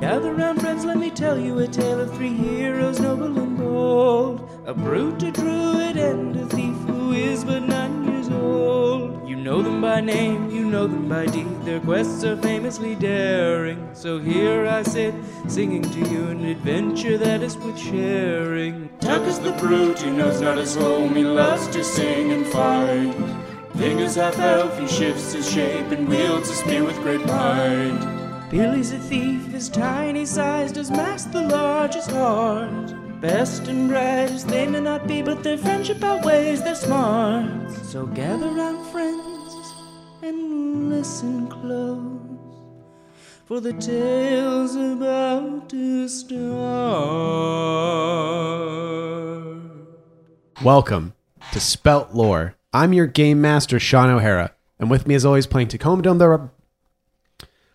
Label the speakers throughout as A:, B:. A: Gather round, friends, let me tell you a tale of three heroes, noble and bold. A brute, a druid, and a thief who is but nine years old. You know them by name, you know them by deed. Their quests are famously daring. So here I sit, singing to you an adventure that is worth sharing. Tuck is the brute, he knows not his home, he loves to sing and fight. Fingers half elf, he shifts his shape and wields a spear with great might. Billy's a thief, his tiny size does mask the largest heart. Best and brightest they may not be, but their friendship outweighs their smarts. So gather round, friends, and listen close, for the tale's about to start.
B: Welcome to Spelt Lore. I'm your game master, Sean O'Hara, and with me, as always, playing Tacoma Dome. The Re-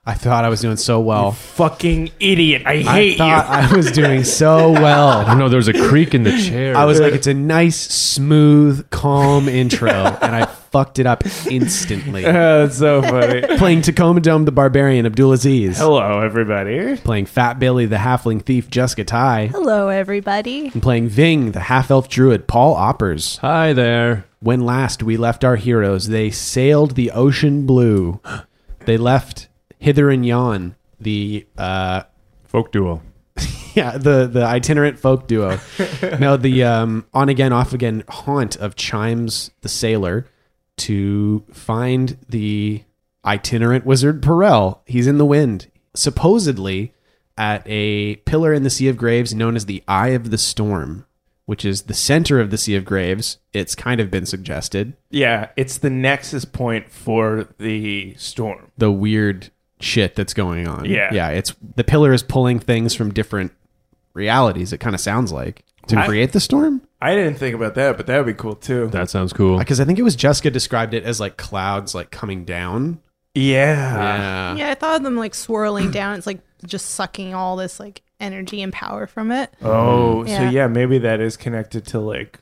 B: I thought I was doing so well.
C: fucking idiot. I hate
B: I thought I was doing so well.
D: I don't know. There was a creak in the chair.
B: I was like, it's a nice, smooth, calm intro, and I fucked it up instantly.
C: you. Oh, that's so funny.
B: playing Tacoma Dome, the Barbarian, Abdulaziz.
C: Hello, everybody.
B: Playing Fat Billy, the Halfling Thief, Jessica Ty.
E: Hello, everybody.
B: And playing Ving, the Half Elf Druid, Paul Oppers.
D: hi there.
B: When last we left our heroes, they sailed the ocean blue. They left hither and yon, the uh,
D: Folk duo.
B: yeah, the the itinerant folk duo. no, the um, on again, off again haunt of Chimes the sailor to find the itinerant wizard Perel. He's in the wind, supposedly at a pillar in the Sea of Graves known as the Eye of the Storm, which is the center of the Sea of Graves. It's kind of been suggested.
C: Yeah, it's the nexus point for the storm.
B: the weird shit that's going on.
C: Yeah.
B: Yeah. It's the pillar is pulling things from different realities, it kind of sounds like, to
C: I-
B: create the storm.
C: I didn't think about that, but that would be cool too.
D: That sounds cool.
B: Because I think it was Jessica described it as like clouds like coming down. Uh,
C: yeah.
B: Yeah.
E: Yeah, I thought of them like swirling down. It's like just sucking all this like energy and power from it.
C: Oh, so
E: Yeah.
C: yeah, maybe that is connected to like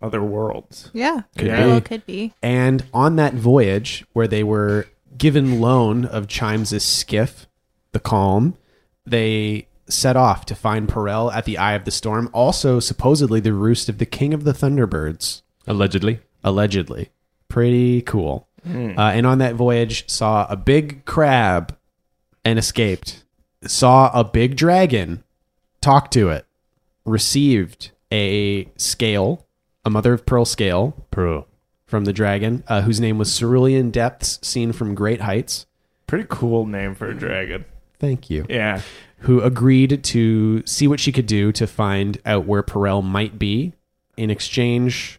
C: other worlds.
E: Yeah,
B: Could
C: Yeah.
B: be.
E: well, could be.
B: And on that voyage where they were given loan of Chimes' skiff, the Calm, they set off to find Perel at the Eye of the Storm, also supposedly the roost of the King of the Thunderbirds.
D: Allegedly.
B: allegedly. Pretty cool. Uh, and on that voyage, saw a big crab and escaped. Saw a big dragon, talked to it, received a scale, a mother of pearl scale
D: Pearl.
B: from the dragon, uh, whose name was Cerulean Depths, seen from great heights.
C: Pretty cool name for a dragon.
B: Thank you.
C: Yeah.
B: Who agreed to see what she could do to find out where Perel might be in exchange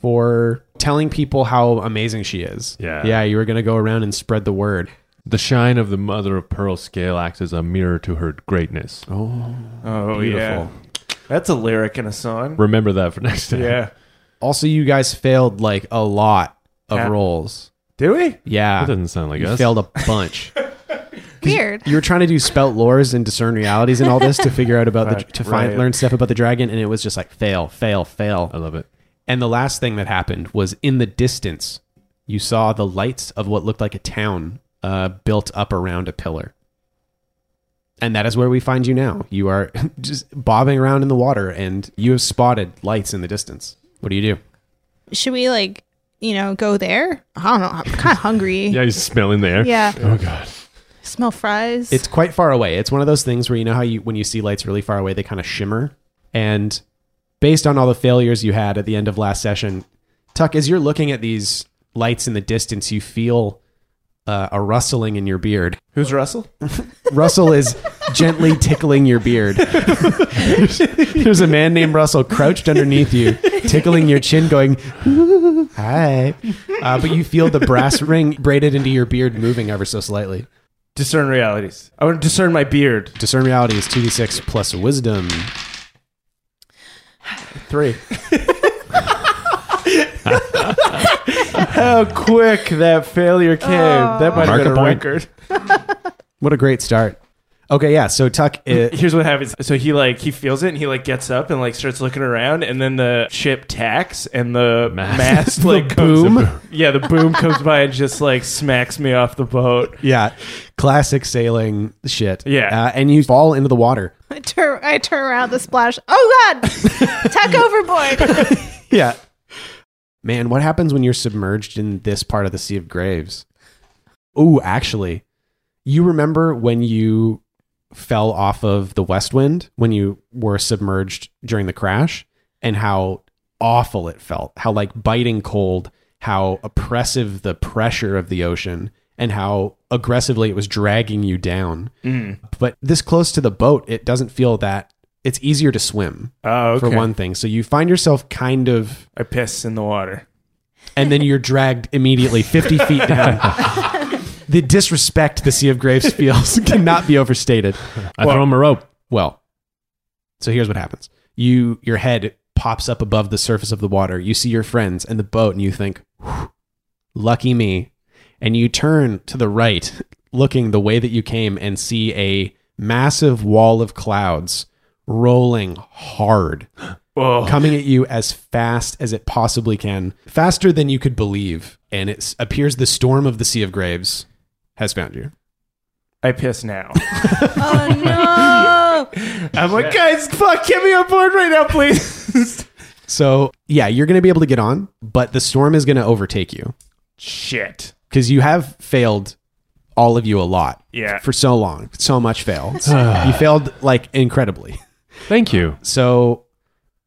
B: for telling people how amazing she is.
D: Yeah.
B: Yeah, you were going to go around and spread the word.
D: The shine of the mother of pearl scale acts as a mirror to her greatness.
C: Oh, yeah. That's a lyric in a song.
D: Remember that for next time.
C: Yeah.
B: Also, you guys failed like a lot of
C: Yeah.
B: rolls.
C: Do we?
B: Yeah.
D: That doesn't sound like
B: you
D: us.
B: failed a bunch.
E: Weird.
B: you were trying to do spelt lores and discern realities and all this to figure out about the
C: Right,
B: to find
C: right.
B: learn stuff about the dragon and it was just like fail, fail, fail.
D: I love it.
B: And the last thing that happened was in the distance, you saw the lights of what looked like a town uh, built up around a pillar. And that is where we find you now. You are just bobbing around in the water and you have spotted lights in the distance. What do you do?
E: Should we like you know go there? I don't know. I'm kind of hungry.
D: Yeah, he's smelling there.
E: Yeah.
D: Oh god.
E: Smell fries.
B: It's quite far away. It's one of those things where you know how you when you see lights really far away, they kind of shimmer. And based on all the failures you had at the end of last session, Tuck, as you're looking at these lights in the distance, you feel uh, a rustling in your beard.
C: Who's Russell?
B: Russell is gently tickling your beard. There's a man named Russell crouched underneath you, tickling your chin, going, "Ooh, "Hi," uh, but you feel the brass ring braided into your beard moving ever so slightly.
C: Discern realities. I want to discern my beard.
B: Discern reality is two d six plus wisdom.
C: Three. How
E: Oh.
C: quick that failure came. That might have been a
B: Mark a point.
C: record.
B: What a great start! Okay, yeah. So Tuck, it,
C: Here's what happens. So he like he feels it and he like gets up and like starts looking around and then the ship tacks and the
D: Mast.
C: mast
B: The
C: like comes-
B: boom?
C: Yeah, the boom comes by and just like smacks me off the boat.
B: yeah, classic sailing shit.
C: Yeah.
B: uh, and you fall into the water.
E: I turn, I turn around the splash. Oh God! Tuck overboard.
B: Yeah, man, what happens when you're submerged in this part of the Sea of Graves? Oh, actually, you remember when you fell off of the West Wind when you were submerged during the crash, and how awful it felt, how like biting cold, how oppressive the pressure of the ocean, and how aggressively it was dragging you down. But this close to the boat, it doesn't feel that. It's easier to swim
C: Oh, okay.
B: for one thing. So you find yourself kind of,
C: I piss in the water.
B: and then you're dragged immediately 50 feet down. the disrespect the Sea of Graves feels cannot be overstated.
D: I throw him a rope.
B: Well, so here's what happens. You your head pops up above the surface of the water. You see your friends and the boat and you think, "Whew, "Lucky me." And you turn to the right, looking the way that you came and see a massive wall of clouds rolling hard
C: Oh,
B: coming at you as fast as it possibly can, faster than you could believe. And it s- appears the storm of the Sea of Graves has found you.
C: I piss now.
E: Oh no!
C: I'm like, guys, fuck, get me on board right now, please.
B: So, yeah, you're going to be able to get on, but the storm is going to overtake you
C: Shit.
B: because you have failed all of you a lot
C: Yeah.
B: for so long. So much fail. you failed like incredibly.
D: Thank you.
B: So,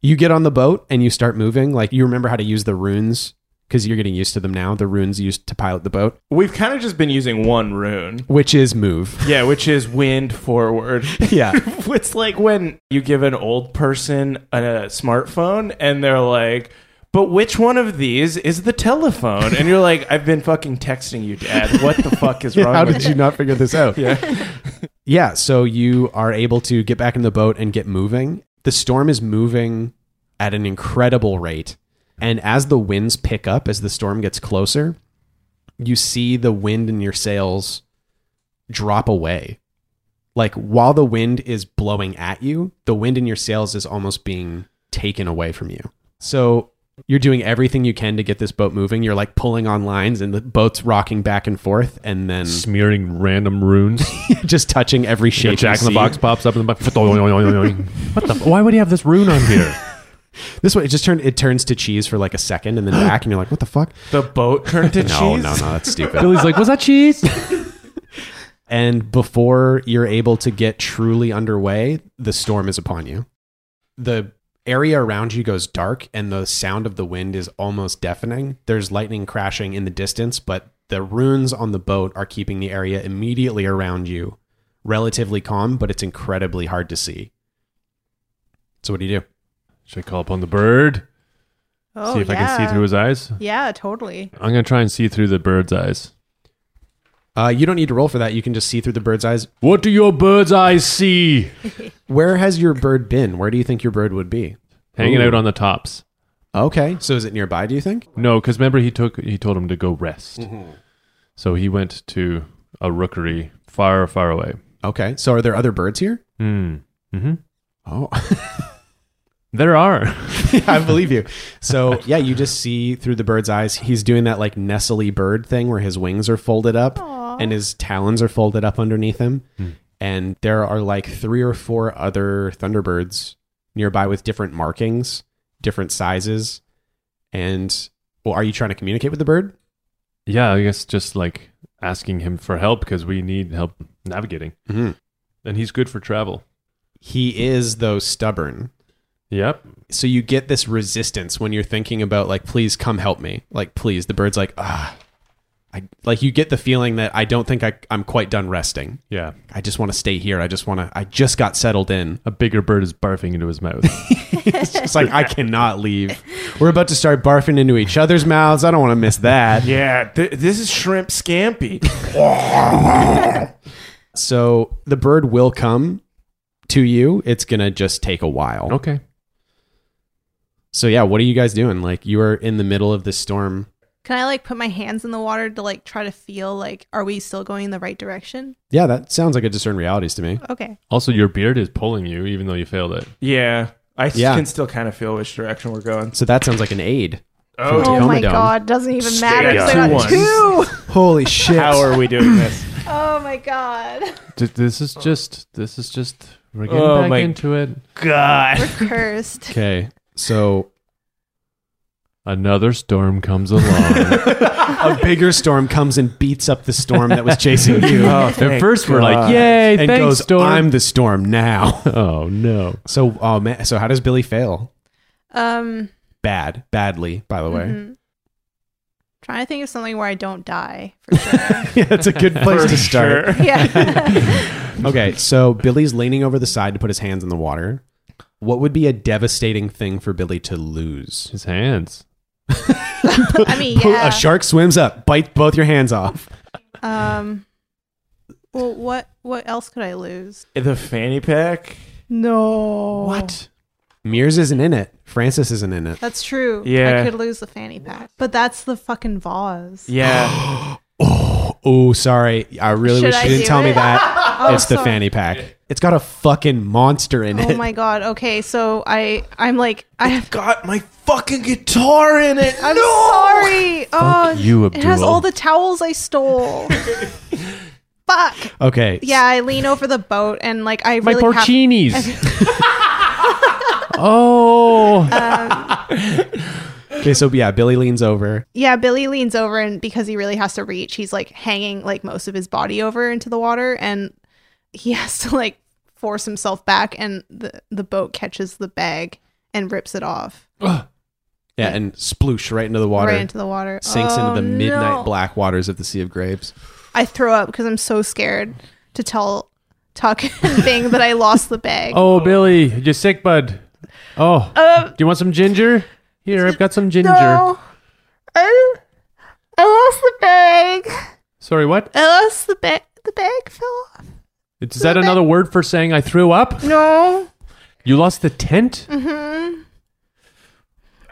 B: you get on the boat and you start moving. Like, you remember how to use the runes because you're getting used to them now. The runes used to pilot the boat,
C: We've kind of just been using one rune.
B: which is move.
C: Yeah, which is wind forward.
B: yeah.
C: it's like when you give an old person a smartphone and they're like, but which one of these is the telephone? And you're like, I've been fucking texting you, Dad. What the fuck is wrong
B: How
C: with
B: did you not figure this out? yeah. yeah. So you are able to get back in the boat and get moving. The storm is moving at an incredible rate. And as the winds pick up, as the storm gets closer, you see the wind in your sails drop away. Like while the wind is blowing at you, the wind in your sails is almost being taken away from you. So you're doing everything you can to get this boat moving. You're like pulling on lines and the boat's rocking back and forth and then
D: Smearing random runes.
B: just touching every shape.
D: Yeah,
B: you
D: Jack in the
B: see.
D: box pops up in the box. what the? Why would he have this rune on here?
B: This one, it just turned. It turns to cheese for like a second, and then back, and you're like, "What the fuck?"
C: The boat turned to
B: No,
C: cheese?
B: no, no, that's stupid.
D: Billy's like, was that cheese?
B: and before you're able to get truly underway, the storm is upon you. The area around you goes dark, and the sound of the wind is almost deafening. There's lightning crashing in the distance, but the runes on the boat are keeping the area immediately around you relatively calm, but it's incredibly hard to see. So, what do you do?
D: Should I call upon the bird?
E: Oh,
D: see if I
E: yeah.
D: can see through his eyes.
E: Yeah, totally.
D: I'm gonna try and see through the bird's eyes.
B: Uh, you don't need to roll for that. You can just see through the bird's eyes.
D: What do your bird's eyes see?
B: Where has your bird been? Where do you think your bird would be?
D: Hanging
B: Ooh.
D: out on the tops.
B: Okay. So is it nearby, do you think?
D: No, because remember he took he told him to go rest.
B: Mm-hmm.
D: So he went to a rookery far, far away.
B: Okay. So are there other birds here?
D: Hmm. Mm-hmm.
B: Oh,
D: There are.
B: I believe you. So, yeah, you just see through the bird's eyes. He's doing that like nestly bird thing where his wings are folded up and his talons are folded up underneath him. And there are like three or four other thunderbirds nearby with different markings, different sizes. And well, are you trying to communicate with the bird?
D: Yeah, I guess just like asking him for help because we need help navigating.
B: Mhm.
D: And he's good for travel.
B: He is, though, stubborn.
D: Yep.
B: so you get this resistance when you're thinking about like please come help me like please the bird's like ah i like you get the feeling that i don't think I, i'm quite done resting
D: Yeah.
B: i just want to stay here i just want to i just got settled in
D: A bigger bird is barfing into his mouth.
B: it's just like i cannot leave we're about to start barfing into each other's mouths i don't want to miss that
C: Yeah, th- this is shrimp scampi.
B: so the bird will come to you it's gonna just take a while
D: okay.
B: so yeah what are you guys doing like you are in the middle of this storm
E: Can I like put my hands in the water to like try to feel like are we still going in the right direction?
B: Yeah, that sounds like a discern realities to me.
E: Okay.
D: Also, your beard is pulling you, even though you failed it.
C: Yeah. I s-
B: Yeah.
C: can still kind of feel which direction we're going.
B: So that sounds like an aid.
C: Oh,
B: Tacoma
E: Oh my
B: Dome.
E: god, doesn't even
C: Stay
E: matter.
C: up.
E: because I got
C: Two
E: two.
B: Holy shit.
C: How are we doing this?
E: Oh my god.
D: D- This is just. This is just. We're getting
C: Oh
D: back
C: my-
D: into it.
E: We're
C: God.
E: cursed.
B: Okay. So
D: Another storm comes along.
B: a bigger storm comes and beats up the storm that was chasing you.
C: Oh.
D: At first, we're like, "Yay,
B: and
D: thanks,
B: goes,
D: storm."
B: I'm the storm now.
D: oh no!
B: so, oh man. So how does Billy fail?
E: Um
B: Bad, badly, by the way.
E: mhm. trying to think of something where I don't die for sure.
B: yeah, that's a good place to start.
E: yeah.
B: Okay, so Billy's leaning over the side to put his hands in the water. What would be a devastating thing for Billy to lose?
D: His hands.
E: I mean, yeah.
B: A shark swims up, bites both your hands off.
E: Um well what what else could I lose?
C: The fanny pack.
E: No.
B: Mears isn't in it. Francis isn't in it.
E: That's true.
C: Yeah.
E: I could lose the fanny pack. But that's the fucking vase.
C: Yeah.
B: Oh, sorry. I really
E: Should
B: wish
E: I
B: you didn't
E: do
B: tell me
E: it?
B: that.
E: Oh,
B: it's the
E: sorry.
B: fanny pack. It's got a fucking monster in
E: Oh
B: it.
E: my god. Okay, so I I'm like I have
C: Got my fucking guitar in it.
E: I'm sorry. Oh,
D: you,
E: it has
D: Abdul.
E: all the towels I stole. Fuck.
B: Okay.
E: Yeah, I lean over the boat and like I
D: My
E: really have-
D: porcinis. oh,
B: Okay, so yeah, Billy leans over.
E: yeah, Billy leans over and because he really has to reach, he's like hanging like most of his body over into the water and he has to like force himself back and the the boat catches the bag and rips it off
B: Yeah, and sploosh right into the water.
E: right into the water.
B: sinks
E: Oh,
B: into the midnight
E: no.
B: black waters of the Sea of Grapes.
E: I throw up because I'm so scared to tell Tuck and Bing that I lost the bag.
D: oh, Billy, you're sick, bud. Oh,
E: Uh,
D: do you want some ginger? Here, I've got some ginger.
E: no. I, I lost the bag.
D: Sorry, what?
E: I lost the bag. The bag fell off.
D: Is that another word for saying I threw up?
E: No.
D: You lost the tent? Mm-hmm.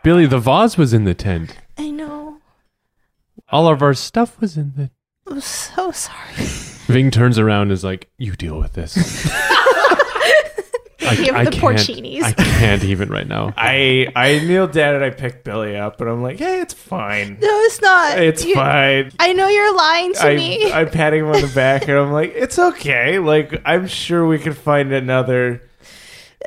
D: Billy, the vase was in the tent.
E: I know.
D: All of our stuff was in the.
E: I'm so sorry.
D: Ving turns around and is like, "You deal with this." I,
E: Give
D: I
E: the
D: can't-
E: porcinis.
D: I can't even right now.
C: I I kneel down and I pick Billy up and I'm like, hey, it's fine.
E: No, it's not.
C: It's
E: You-
C: fine.
E: I know you're lying to me.
C: I, I'm patting him on the back and I'm like, it's okay. Like, I'm sure we could find another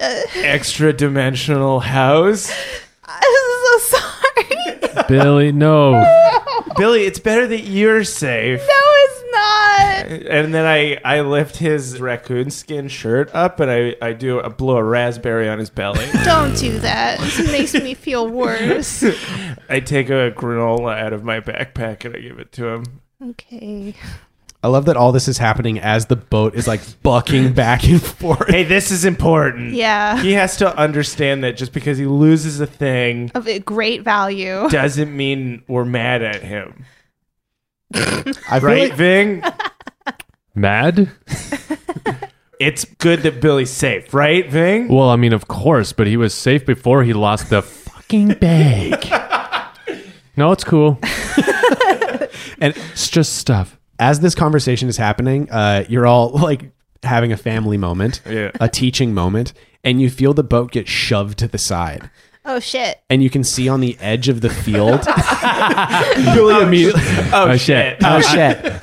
E: Uh,
C: extra dimensional house.
E: I'm so sorry. no,
D: Billy, no.
C: Billy, it's better that you're safe.
E: it's not.
C: And then I, I lift his raccoon skin shirt up and I, I do I blow a raspberry on his belly.
E: Don't do that. It makes me feel worse.
C: I take a granola out of my backpack and I give it to him.
E: Okay.
B: I love that all this is happening as the boat is like bucking back and forth.
C: Hey, this is important.
E: Yeah.
C: He has to understand that just because he loses a thing
E: Of a great value.
C: doesn't mean we're mad at him.
B: I feel
C: Right,
B: like-
C: Ving?
D: Mad?
C: It's good that Billy's safe, right, Ving?
D: Well, I mean, of course, but he was safe before he lost the fucking bag. no, it's cool.
B: And-
D: and it's just stuff.
B: as this conversation is happening, uh, you're all like having a family moment,
C: Yeah.
B: a teaching moment, and you feel the boat get shoved to the side.
E: Oh shit.
B: And you can see on the edge of the field. Billy immediately.
C: Oh, shit.
D: shit.
B: Oh, shit.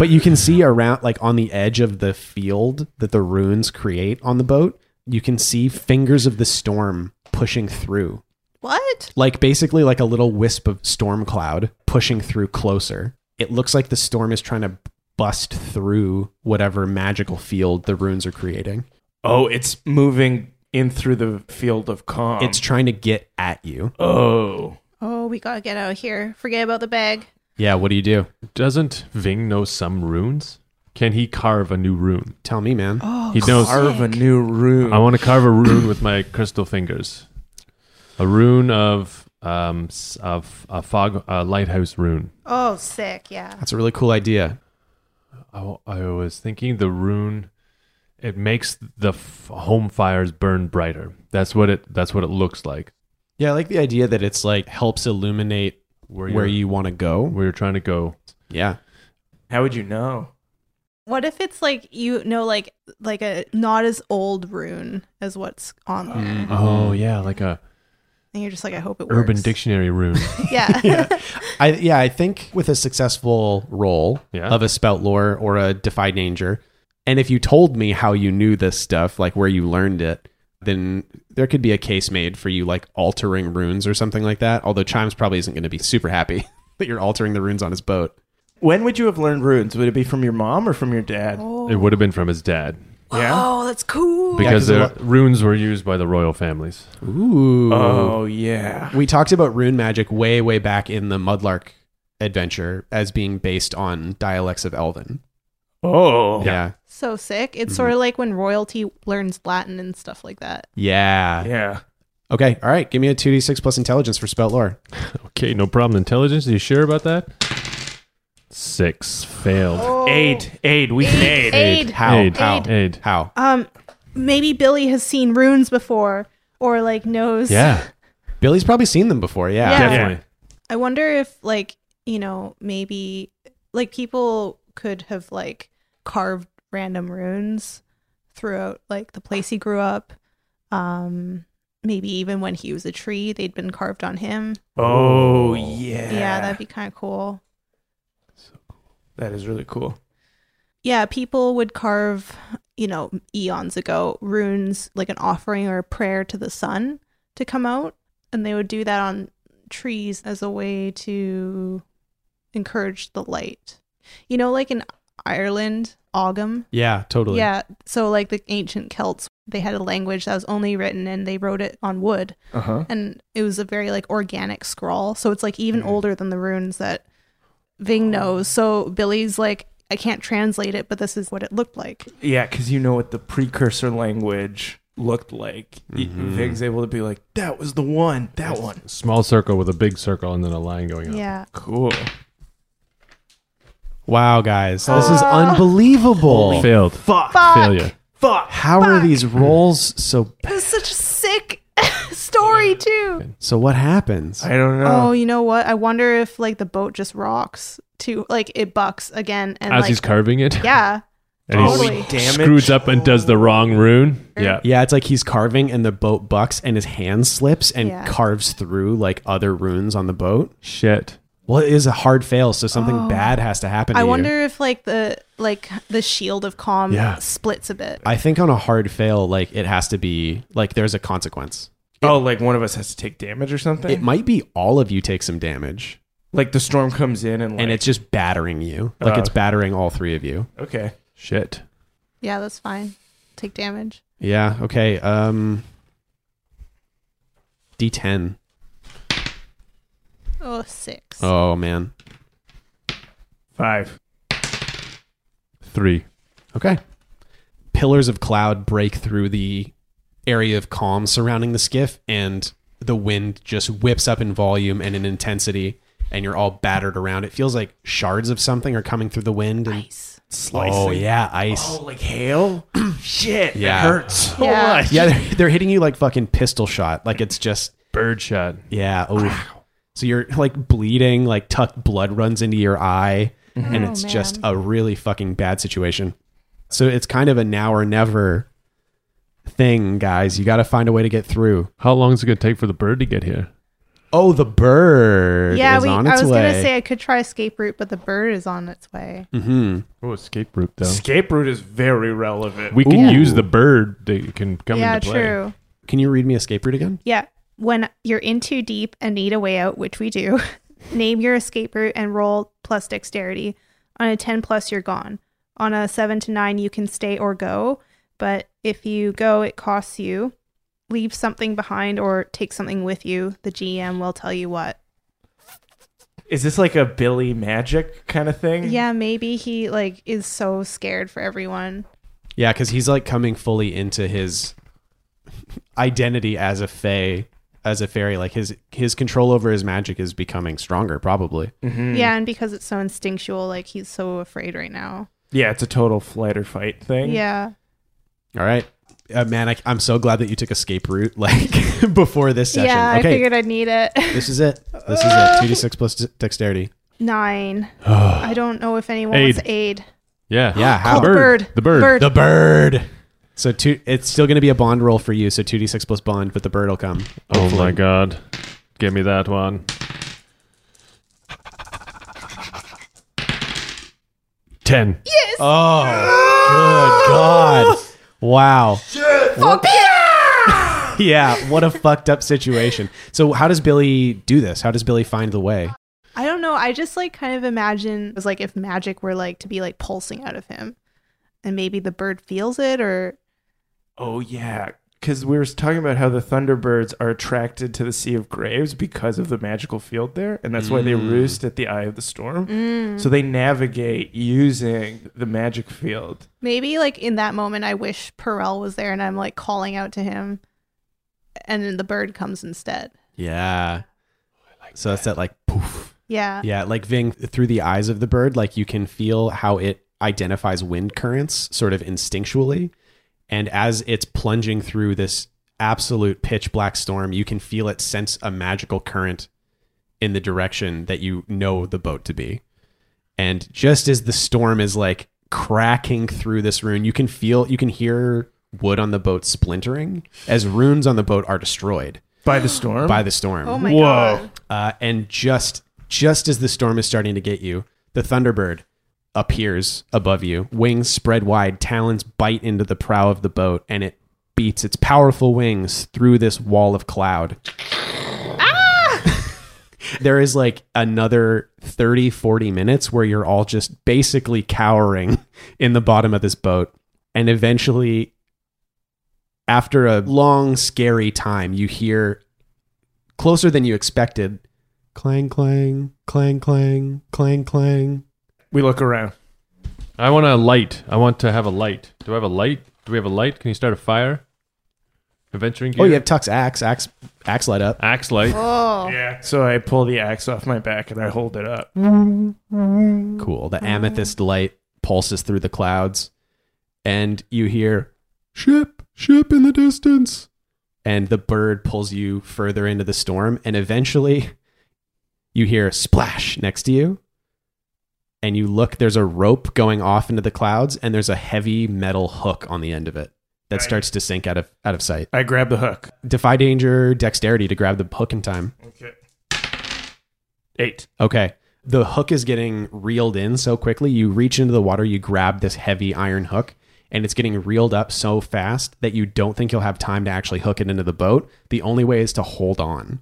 B: but you can see around, like on the edge of the field that the runes create on the boat, you can see fingers of the storm pushing through.
E: What?
B: like basically like a little wisp of storm cloud pushing through closer. It looks like the storm is trying to bust through whatever magical field the runes are creating.
C: Oh, it's moving in through the field of calm.
B: It's trying to get at you.
C: oh.
E: Oh, we gotta get out of here. Forget about the bag.
B: Yeah, what do you do?
D: Doesn't Ving know some runes? Can he carve a new rune?
B: Tell me, man.
E: Oh,
D: He knows-
C: Carve a new room.
D: I want to carve a rune with my crystal fingers. A rune of um s- of a fog a lighthouse rune.
E: Oh, sick. Yeah.
B: That's a really cool idea.
D: I, I was thinking the rune it makes the f- home fires burn brighter. That's what it that's what it looks like.
B: Yeah, I like the idea that it's like helps illuminate
D: where
B: where
D: you
B: you want to go.
D: where you're trying to go.
B: Yeah.
C: How would you know?
E: What if it's like you know, like like a not as old rune as what's on there,
D: Oh yeah, like a
E: and you're just like, I hope it works.
D: Urban Dictionary rune.
E: Yeah.
B: I yeah, I think with a successful roll
D: Yeah.
B: of a spout lore or a defy danger, and if you told me how you knew this stuff, like where you learned it, then there could be a case made for you like altering runes or something like that. Although Chimes probably isn't going to be super happy that you're altering the runes on his boat.
C: When would you have learned runes? Would it be from your mom or from your dad?
D: it would have been from his dad
C: Yeah.
E: Oh, that's cool.
D: because
B: 'cause a
D: the
B: lot-
D: runes were used by the royal families.
B: Ooh.
C: Oh yeah.
B: We talked about rune magic way way back in the Mudlark adventure as being based on dialects of Elven.
C: Oh.
B: Yeah.
E: So sick.
D: Mhm.
E: It's sort of like when royalty learns Latin and stuff like that.
B: Yeah.
C: Yeah.
B: Okay. All right. Give me a 2d6 plus intelligence for spout lore.
D: Okay, no problem. Intelligence, are you sure about that? Six failed.
C: Aid. Aid. We can aid.
E: Aid.
B: How?
D: Aid.
B: How?
D: Aid.
B: How?
E: Um, maybe Billy has seen runes before, or like knows.
D: Yeah,
B: Billy's probably seen them before. Yeah.
E: Yeah.
D: definitely.
E: I wonder if like you know maybe like people could have like carved random runes throughout like the place he grew up. Um, maybe even when he was a tree, they'd been carved on him.
C: Oh yeah.
E: Yeah, that'd be kind of cool.
C: that is really cool.
E: yeah, people would carve, you know, eons ago, runes like an offering or a prayer to the sun to come out, and they would do that on trees as a way to encourage the light. You know, like in Ireland, Ogham.
B: Yeah, totally.
E: Yeah, so like the ancient Celts, they had a language that was only written and they wrote it on wood,
C: Uh huh.
E: and it was a very like organic scrawl. So it's like even older than the runes that Ving knows. So Billy's like, I can't translate it, but this is what it looked like.
C: Yeah, because you know what the precursor language looked like. Y-
B: Mm-hmm.
C: Vig's able to be like, that was the one. That one.
D: Small circle with a big circle and then a line going up.
E: Yeah.
C: Cool.
B: Wow, guys. This is unbelievable.
D: Failed.
C: Fuck.
D: Failure.
C: Fuck.
B: How are these rolls so
E: It was such a sick story too.
B: so what happens?
C: I don't
E: Oh,
C: know.
E: you know what? I wonder if like the boat just rocks too like it bucks again and
D: As
E: like
D: he's carving it,
E: Yeah.
D: and he
E: Oh,
D: s-
E: we
C: damage.
D: screws up and does the wrong rune. Yeah.
B: yeah, it's like he's carving and the boat bucks and his hand slips and
E: Yeah.
B: carves through like other runes on the boat.
D: Shit.
B: Well, it is a hard fail, so something bad has to happen to
E: Oh. I
B: you.
E: wonder if like the like the shield of calm
D: Yeah.
E: splits a bit.
B: I think on a hard fail, like it has to be like there's a consequence.
C: Oh, like one of us has to take damage or something.
B: It might be all of you take some damage.
C: like the storm comes in and like,
B: and it's just battering you. Like
C: Oh.
B: it's battering all three of you.
C: okay.
D: Shit.
E: Yeah, that's fine. Take damage.
B: Yeah. Okay. Um. D10.
E: Oh, six.
B: Oh man.
C: Five.
D: Three.
B: Okay. Pillars of cloud break through the area of calm surrounding the skiff, and the wind just whips up in volume and in intensity, and you're all battered around. It feels like shards of something are coming through the wind. And
E: Nice.
C: Slicing.
B: oh yeah, ice.
C: Oh, like hail? Shit.
B: Yeah.
C: It hurts so
E: Yeah.
C: much.
B: Yeah, they're, they're hitting you like fucking pistol shot. Like it's just
D: Bird shot.
B: Yeah. Oh. So you're like bleeding, like tucked blood runs into your eye, and
E: Oh,
B: it's just
E: man.
B: a really fucking bad situation. So it's kind of a now or never thing, guys. You got to find a way to get through.
D: How long is it gonna take for the bird to get here?
B: Oh, the bird
E: Yeah,
B: is
E: we,
B: on
E: I
B: its
E: was
B: way.
E: gonna say I could try escape route, but the bird is on its way.
B: hmm
D: Oh, escape route though.
C: Escape route is very relevant.
D: We can
B: Ooh.
D: use the bird that can come
E: yeah,
D: into play.
E: true.
B: Can you read me escape route again?
E: Yeah. When you're in too deep and need a way out, which we do, name your escape route and roll plus dexterity. On a 10 plus, you're gone. On a 7 to 9, you can stay or go. But if you go, it costs you. Leave something behind or take something with you. The GM will tell you what.
C: is this like a Billy magic kind of thing?
E: Yeah, maybe he like is so scared for everyone.
B: Yeah, because he's like coming fully into his identity as a fae, as a fairy. Like his his control over his magic is becoming stronger, probably.
E: Yeah, and because it's so instinctual, like he's so afraid right now.
C: Yeah, it's a total flight or fight thing.
E: Yeah.
B: All right. uh, man, I, I'm so glad that you took escape route like before this session.
E: Yeah,
B: okay,
E: I figured I'd need it.
B: this is it. This is it. Two d six plus de- dexterity.
E: Nine. I don't know if anyone wants
D: Aid.
E: aid.
D: Yeah.
B: Yeah, how-
E: Oh, bird.
D: The bird.
E: Bird.
B: The bird. So two. It's still going to be a bond roll for you. So two d six plus bond, but the bird will come.
D: Oh my god. Give me that one. Ten.
B: Oh, good God. Wow. What- yeah, what a fucked up situation. So, how does Billy do this? How does Billy find the way?
E: I don't know. I just like kind of imagine it was like if magic were like to be like pulsing out of him, and maybe the bird feels it, or
C: Oh yeah, because we were talking about how the Thunderbirds are attracted to the Sea of Graves because of the magical field there, and that's why they roost at the eye of the storm. So they navigate using the magic field.
E: maybe like in that moment I wish Perel was there, and I'm like calling out to him, and then the bird comes instead.
B: Yeah. So, that's that like poof.
E: Yeah.
B: Yeah, like Ving, through the eyes of the bird, like you can feel how it identifies wind currents sort of instinctually. And as it's plunging through this absolute pitch black storm, you can feel it sense a magical current in the direction that you know the boat to be. And just as the storm is like cracking through this rune, you can feel, you can hear wood on the boat splintering as runes on the boat are destroyed
C: By the storm?
B: by the storm.
E: Oh my god.
B: Uh, and just just as the storm is starting to get you, the Thunderbird appears above you, wings spread wide, talons bite into the prow of the boat, and it beats its powerful wings through this wall of cloud. there is like another 30, 40 minutes where you're all just basically cowering in the bottom of this boat. And eventually, after a long, scary time, you hear closer than you expected clang, clang, clang, clang, clang, clang.
C: we look around.
D: I want a light. I want to have a light. Do I have a light? Do we have a light? Can you start a fire? Adventuring gear.
B: Oh, you have Tuck's axe. Axe, axe light up.
D: axe light.
E: Oh.
C: Yeah. So I pull the axe off my back and I hold it up.
B: Cool. The amethyst light pulses through the clouds, and you hear ship, ship in the distance. And the bird pulls you further into the storm, and eventually you hear splash next to you. And you look, there's a rope going off into the clouds, and there's a heavy metal hook on the end of it that starts to sink out of out of sight.
C: I grab the hook.
B: Defy danger, dexterity to grab the hook in time.
C: Okay. Eight.
B: Okay. The hook is getting reeled in so quickly. You reach into the water, you grab this heavy iron hook, and it's getting reeled up so fast that you don't think you'll have time to actually hook it into the boat. The only way is to hold on.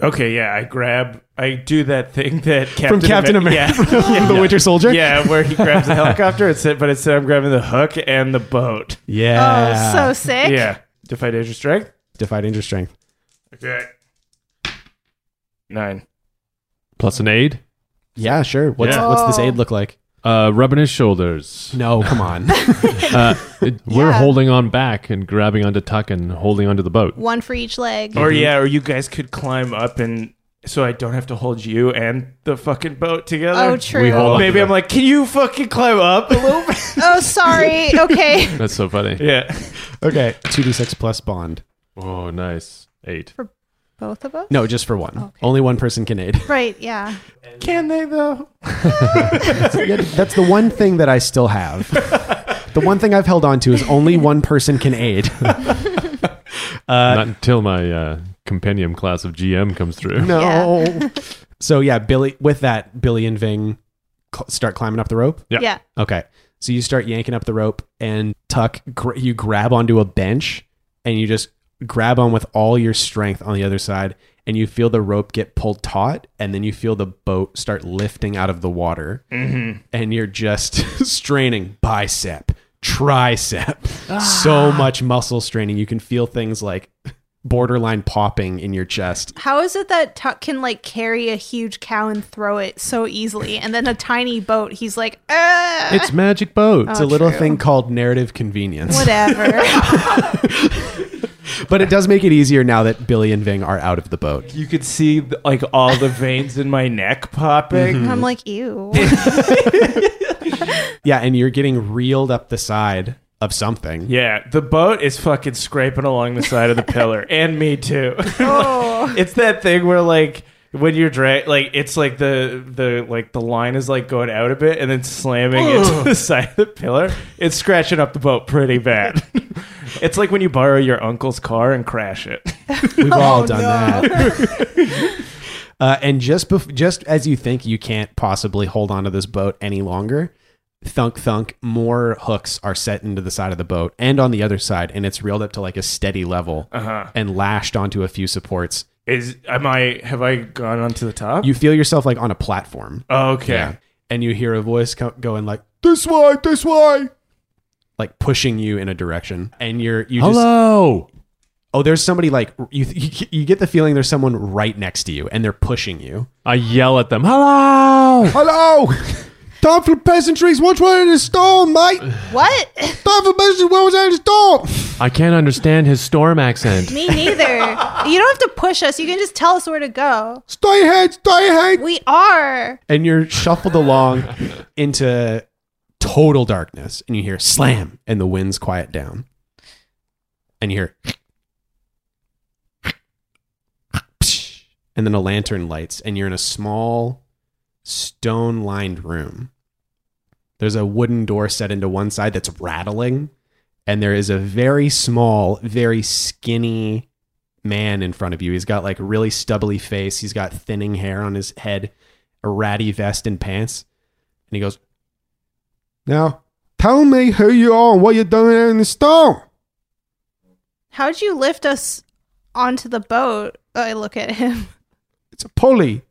C: Okay, yeah, I grab, I do that thing that Captain
B: Captain
C: Amer-
B: America.
C: yeah.
B: the Winter Soldier?
C: Yeah, where he grabs the helicopter. It's it, but instead I'm grabbing the hook and the boat.
B: Yeah.
E: Oh, so sick.
C: Yeah. Defy danger strength.
B: Defy danger strength.
C: Okay. Nine.
D: Plus an aid.
B: Yeah, sure. What's,
D: Yeah.
B: what's
E: Oh.
B: this aid look like?
D: Uh, rubbing his shoulders.
B: No, come on.
D: Uh, it- We're
E: Yeah.
D: holding on back and grabbing onto Tuck and holding onto the boat.
E: One for each leg.
C: Or yeah, or you guys could climb up and so I don't have to hold you and the fucking boat together.
E: oh, true.
D: We hold-
C: Maybe I'm like, can you fucking climb up a little bit?
E: Oh, sorry. Okay.
D: That's so funny.
C: yeah.
B: okay. 2d6 plus bond.
D: Oh, nice. Eight.
E: Both of us?
B: No, just for one. Only one person can aid.
E: Right, yeah.
C: Can they though?
B: Yeah, That's the one thing that I still have. the one thing I've held on to is only one person can aid.
D: Not until my uh, compendium class of GM comes through.
B: No. so yeah, Billy. With that, Billy and Ving cl- start climbing up the rope.
D: Yeah.
E: Yeah.
B: Okay, so you start yanking up the rope, and Tuck, gr- you grab onto a bench, and you just grab on with all your strength on the other side, and you feel the rope get pulled taut, and then you feel the boat start lifting out of the water, and you're just straining bicep, tricep, so much muscle straining. You can feel things like borderline popping in your chest.
E: How is it that Tuck can like carry a huge cow and throw it so easily, and then a tiny boat? He's like, uh,
D: It's magic boat.
B: It's a little
E: true.
B: thing called narrative convenience.
E: whatever.
B: But it does make it easier now that Billy and Ving are out of the boat.
C: You could see like all the veins in my neck popping.
E: I'm like, ew.
B: Yeah, and you're getting reeled up the side of something.
C: Yeah, the boat is fucking scraping along the side of the pillar, and me too.
E: Oh.
C: it's that thing where like when you're drag, like it's like the the like the line is like going out a bit and then slamming into the side of the pillar. It's scratching up the boat pretty bad. it's like when you borrow your uncle's car and crash it.
B: We've
E: Oh,
B: all done that. uh, and just bef- just as you think you can't possibly hold onto this boat any longer, thunk thunk, more hooks are set into the side of the boat and on the other side, and it's reeled up to like a steady level and lashed onto a few supports.
C: Is am I have I gone onto the top?
B: You feel yourself like on a platform,
C: oh, okay.
B: and you hear a voice co- going like this way, this way, like pushing you in a direction, and you're you just
D: Hello.
B: oh, there's somebody like you, you you get the feeling there's someone right next to you, and they're pushing you.
D: I yell at them. Hello.
B: Hello! Time for the peasantries. What's one in the storm, mate? Time
E: What?
B: for peasantries. What was in the storm?
D: I can't understand his storm accent.
E: Me neither. you don't have to push us. You can just tell us where to go.
B: Stay ahead, stay ahead.
E: We are.
B: And you're shuffled along into total darkness, and you hear slam, and the winds quiet down. And you hear, and then a lantern lights, and you're in a small stone lined room. There's a wooden door set into one side that's rattling, and there is a very small, very skinny man in front of you. He's got like a really stubbly face, he's got thinning hair on his head, a ratty vest and pants. And he goes, Now, tell me who you are and what you're doing in the storm.
E: How'd you lift us onto the boat? Oh, I look at him.
B: It's a pulley,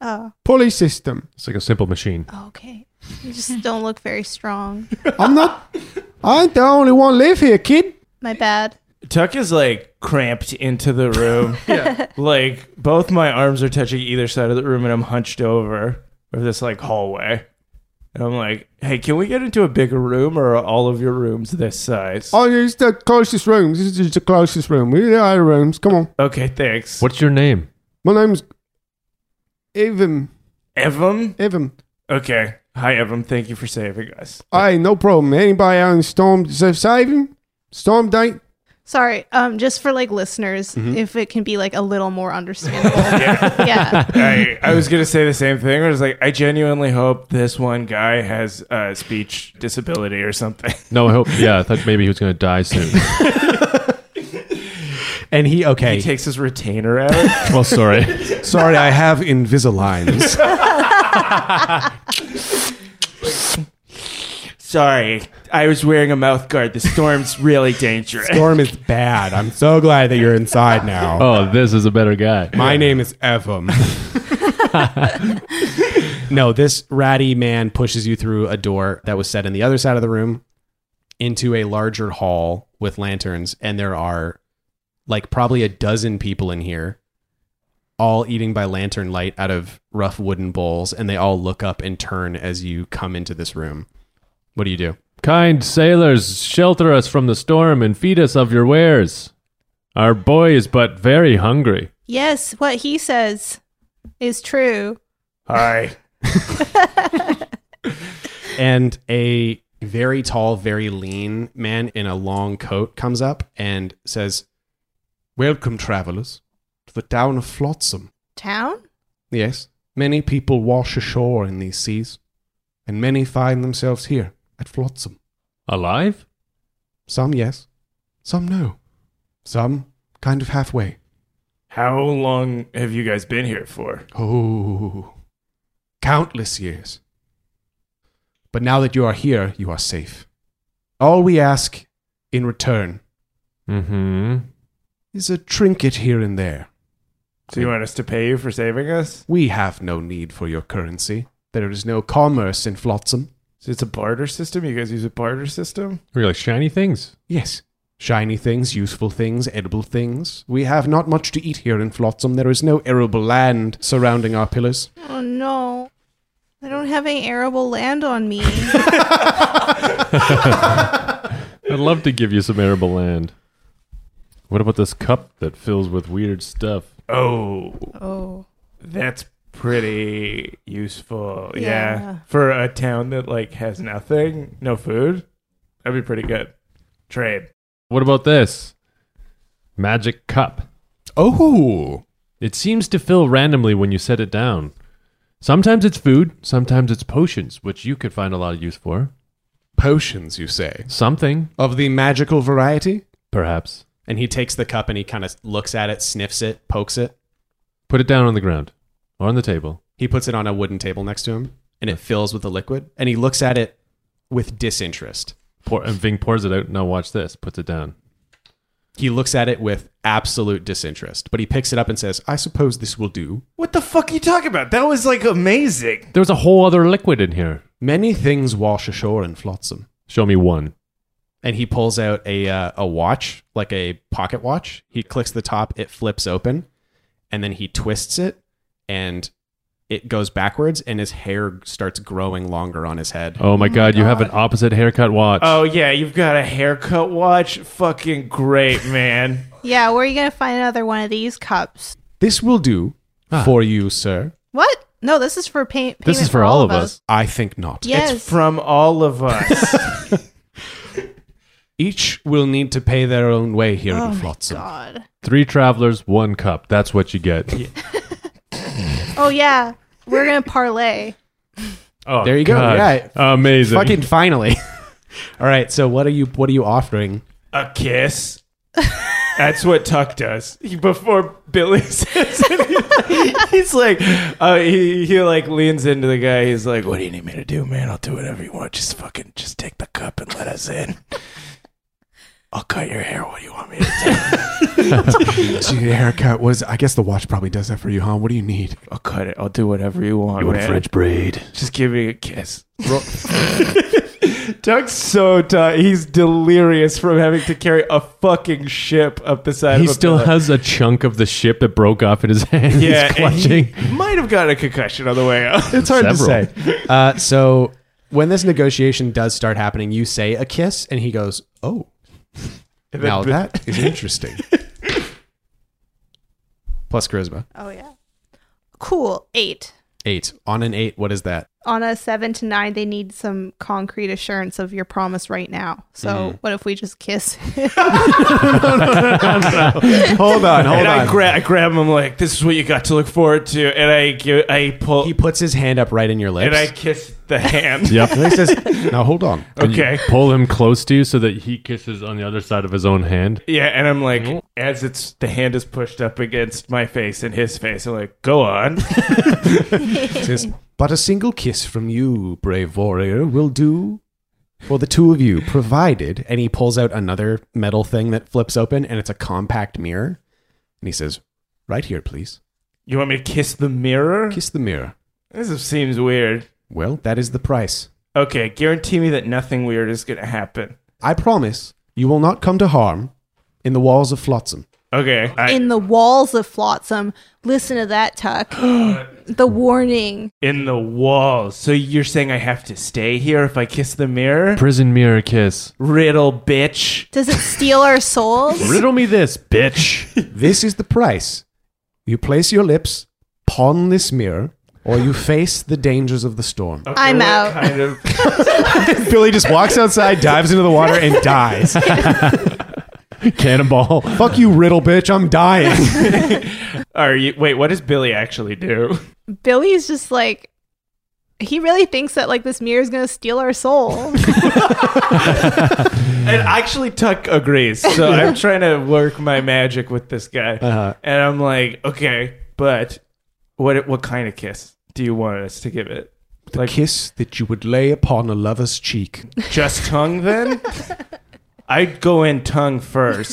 E: Oh,
B: pulley system.
D: It's like a simple machine.
E: okay. You just don't look very strong.
B: I'm not, I ain't the only one live here, kid.
E: My bad.
C: Tuck is like cramped into the room. yeah. Like both my arms are touching either side of the room and I'm hunched over of this like hallway. And I'm like, hey, can we get into a bigger room or are all of your rooms this size?
F: Oh, it's the closest room. This is the closest room. We are out of rooms. Come on.
C: Okay, thanks.
D: What's your name?
F: My name's Evan.
C: Evan?
F: Evan.
C: Okay. Hi, Evan. Thank you for saving us.
F: Aye, no problem. Anybody out in storm deserves saving? Storm date?
E: Sorry. Um, just for like listeners, if it can be like a little more understandable. yeah.
C: I, I was going to say the same thing. I was like, I genuinely hope this one guy has a uh, speech disability or something.
D: No, I hope. Yeah, I thought maybe he was going to die soon.
B: And he, okay,
C: he takes his retainer out.
D: well, sorry.
B: sorry, I have Invisaligns.
C: Sorry. I was wearing a mouth guard. The storm's really dangerous.
B: storm is bad. I'm so glad that you're inside now.
D: Oh, this is a better guy.
B: My name is Evan. no, this ratty man pushes you through a door that was set in the other side of the room into a larger hall with lanterns, and there are like probably a dozen people in here, all eating by lantern light out of rough wooden bowls, and they all look up and turn as you come into this room. What do you do?
D: Kind sailors, shelter us from the storm and feed us of your wares. Our boy is but very hungry.
E: Yes, what he says is true.
C: Hi.
B: and a very tall, very lean man in a long coat comes up and says, Welcome, travelers, to the town of Flotsam.
E: Town?
B: Yes, many people wash ashore in these seas, and many find themselves here at Flotsam.
D: Alive?
B: Some, yes, some, no, some kind of halfway.
C: How long have you guys been here for?
B: Oh, countless years. But now that you are here, you are safe. All we ask in return
D: Mm-hmm.
B: is a trinket here and there.
C: Do you want us to pay you for saving us?
B: We have no need for your currency. There is no commerce in Flotsam.
C: So it's a barter system? You guys use a barter system?
D: We're like shiny things.
B: Yes, shiny things, useful things, edible things. We have not much to eat here in Flotsam. There is no arable land surrounding our pillars.
E: Oh no. I don't have any arable land on me.
D: I'd love to give you some arable land. What about this cup that fills with weird stuff?
C: Oh,
E: oh.
C: that's pretty useful. Yeah.
E: Yeah.
C: For a town that like has nothing, no food. That'd be pretty good. Trade.
D: What about this? Magic cup.
G: Oh,
D: It seems to fill randomly when you set it down. Sometimes it's food, sometimes it's potions, which you could find a lot of use for.
G: potions, you say?
D: Something,
B: Of the magical variety?
D: perhaps.
B: And he takes the cup and he kind of looks at it, sniffs it, pokes it.
D: Put it down on the ground or on the table.
B: He puts it on a wooden table next to him and it fills with the liquid. And he looks at it with disinterest.
D: Pour, and Ving pours it out. Now watch this. Puts it down.
B: He looks at it with absolute disinterest, but he picks it up and says, I suppose this will do.
C: What the fuck are you talking about? That was like amazing.
D: There's a whole other liquid in here.
B: Many things wash ashore in Flotsam.
D: Show me one.
B: and he pulls out a uh, a watch, like a pocket watch. He clicks the top, it flips open, and then he twists it, and it goes backwards, and his hair starts growing longer on his head.
D: Oh my, god, you have an opposite haircut watch.
C: Oh yeah, you've got a haircut watch. Fucking great, man.
E: Yeah, where are you gonna find another one of these cups?
B: This will do for you, sir.
E: What? No, this is for pay- payment.
D: this is for all of us.
B: I think not.
E: Yes.
C: It's from all of us.
B: Each will need to pay their own way here in Flotsam.
E: God.
D: Three travelers, one cup. That's what you get.
E: Oh yeah, we're gonna parlay.
D: Oh,
B: There you go.
D: God. Amazing.
B: Fucking finally. All right. So what are you what are you offering?
C: a kiss. That's what Tuck does. He, before Billy says anything, he's like, uh, he, he like leans into the guy. He's like, "What do you need me to do, man? I'll do whatever you want. Just fucking, just take the cup and let us in. I'll cut your hair. What do you want me to do?
G: Gee, the haircut was. I guess the watch probably does that for you, huh? What do you need?
C: I'll cut it. I'll do whatever you want. man.
G: braid?
C: Just give me a kiss. Tuck's so tired. He's delirious from having to carry a fucking ship up the side.
D: He
C: of a
D: still
C: pillar.
D: has a chunk of the ship that broke off in his hand.
C: Yeah,
D: Yeah,
C: and he
D: clutching.
C: might have gotten a concussion on the way up.
B: It's hard
D: Several.
B: to say. Uh, so when this negotiation does start happening, you say a kiss, and he goes, "Oh, now that
G: It's interesting.
B: plus charisma
E: Oh yeah. Cool. Eight
B: eight on an eight. What is that?
E: on a seven to nine. They need some concrete assurance of your promise right now. So
D: Mm-hmm.
E: what if we just kiss?
B: Hold on, hold
C: and I,
B: on.
C: gra- I grab him like, this is what you got to look forward to. And I give, I pull,
B: he puts his hand up right in your lips,
C: and I kiss the hand.
D: Yep.
B: he says, "Now hold on."
D: And you
C: Okay.
D: pull him close to you so that he kisses on the other side of his own hand.
C: Yeah, and I'm like, as it's the hand is pushed up against my face and his face, I'm like, go on.
B: He says, "But a single kiss from you, brave warrior, will do." For the two of you, provided, and he pulls out another metal thing that flips open, and it's a compact mirror. And he says, "Right here, please.
C: you want me to kiss the mirror?
B: Kiss the mirror."
C: This seems weird.
B: Well, that is the price.
C: Okay, guarantee me that nothing weird is going to happen.
B: I promise you will not come to harm in the walls of Flotsam.
C: Okay. I-
E: in the walls of Flotsam. Listen to that, Tuck. the warning.
C: in the walls. So you're saying I have to stay here if I kiss the mirror?
D: Prison mirror kiss.
C: Riddle, bitch.
E: Does it steal our souls?
D: Riddle me this, bitch.
B: This is the price. You place your lips upon this mirror, or you face the dangers of the storm.
E: I'm
C: What
E: out.
C: Kind of.
B: Billy just walks outside, dives into the water, and dies.
D: Cannonball.
B: Fuck you, riddle bitch. I'm dying.
C: Are you? Wait, what does Billy actually do?
E: Billy's just like he really thinks that like this mirror is gonna steal our soul.
C: And actually, Tuck agrees. So I'm trying to work my magic with this guy, and I'm like, okay, but what what kind of kiss do you want us to give it?
B: The
C: Like-
B: kiss that you would lay upon a lover's cheek.
C: Just tongue, then? I'd go in tongue first.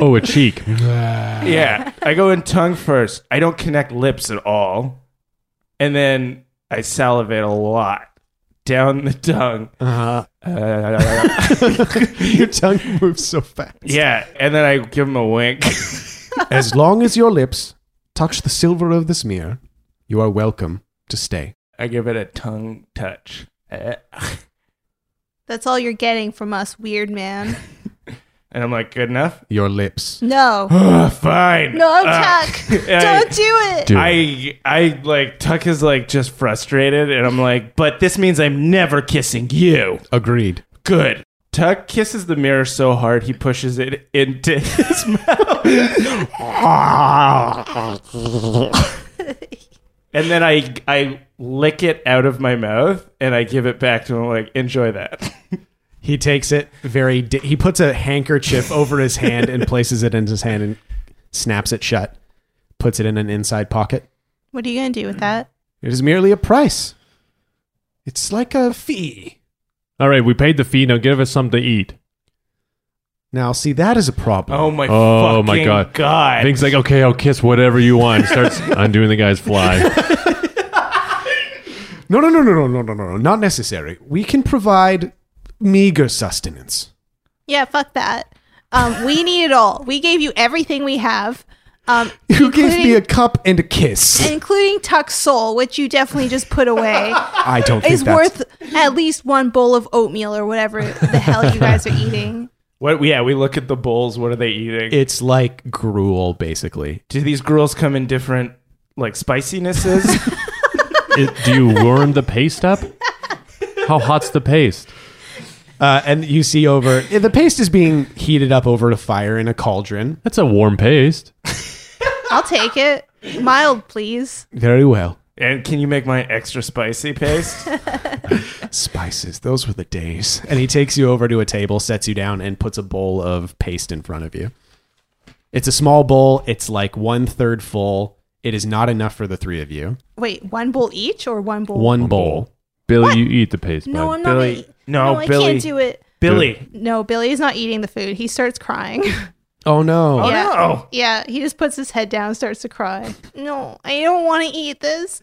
D: Oh, a cheek.
C: yeah, I go in tongue first. I don't connect lips at all, and then I salivate a lot down the tongue.
B: Uh,
C: Uh,
B: your tongue moves so fast.
C: yeah, and then I give him a wink.
B: As long as your lips touch the silver of this mirror, you are welcome to stay.
C: I give it a tongue touch. Eh.
E: That's all you're getting from us, weird man.
C: And I'm like, good enough?
B: Your lips.
E: No.
C: Ugh, fine.
E: No,
C: Ah.
E: Tuck.
C: I-
E: Don't do it.
D: Dude.
C: I, I like, Tuck is like just frustrated. And I'm like, but this means I'm never kissing you.
B: Agreed.
C: Good. Tuck kisses the mirror so hard he pushes it into his mouth. and then I I lick it out of my mouth and I give it back to him like enjoy that.
B: He takes it very. Di- he puts a handkerchief over his hand and places it in his hand and snaps it shut. Puts it in an inside pocket.
E: What are you gonna do with that?
B: It is merely a price. It's like a fee.
D: All right, we paid the fee. Now give us something to eat.
B: Now, see, that is a problem.
C: Oh my
D: Oh
C: fucking
D: my God.
C: god.
D: Thing's like, okay, I'll kiss whatever you want. Starts undoing the guy's fly.
B: No, no, no, no, no, no, no, no, no. Not necessary. We can provide meager sustenance.
E: Yeah, fuck that. Um, we need it all. We gave you everything we have. Um,
B: You gave me a
E: including-
B: cup and a kiss.
E: including Tuck's soul, which you definitely just put away,
B: I don't think
E: is
B: that's
E: worth at least one bowl of oatmeal or whatever the hell you guys are eating.
C: What yeah, we look at the bowls, what are they eating?
B: It's like gruel, basically.
C: do these girls come in different like spicinesses?
D: It- do you warm the paste up? How hot's the paste?
B: Uh, and you see over the paste is being heated up over a fire in a cauldron.
D: That's a warm paste.
E: I'll take it. Mild, please.
B: Very well.
C: and can you make mine extra spicy paste?
B: Spices, those were the days. And he takes you over to a table, sets you down, and puts a bowl of paste in front of you. It's a small bowl. It's like one third full. It is not enough for the three of you.
E: Wait, one bowl each or one bowl?
B: One bowl.
D: Billy, you eat the paste.
E: No,
D: bud.
E: I'm not. gonna
C: Billy.
E: eat-
C: No,
E: I
C: Billy.
E: can't do it.
C: Billy.
E: No, Billy's not eating the food. He starts crying.
B: Oh no!
E: yeah.
C: no.
E: Yeah, he just puts his head down, and starts to cry. No, I don't want to eat this.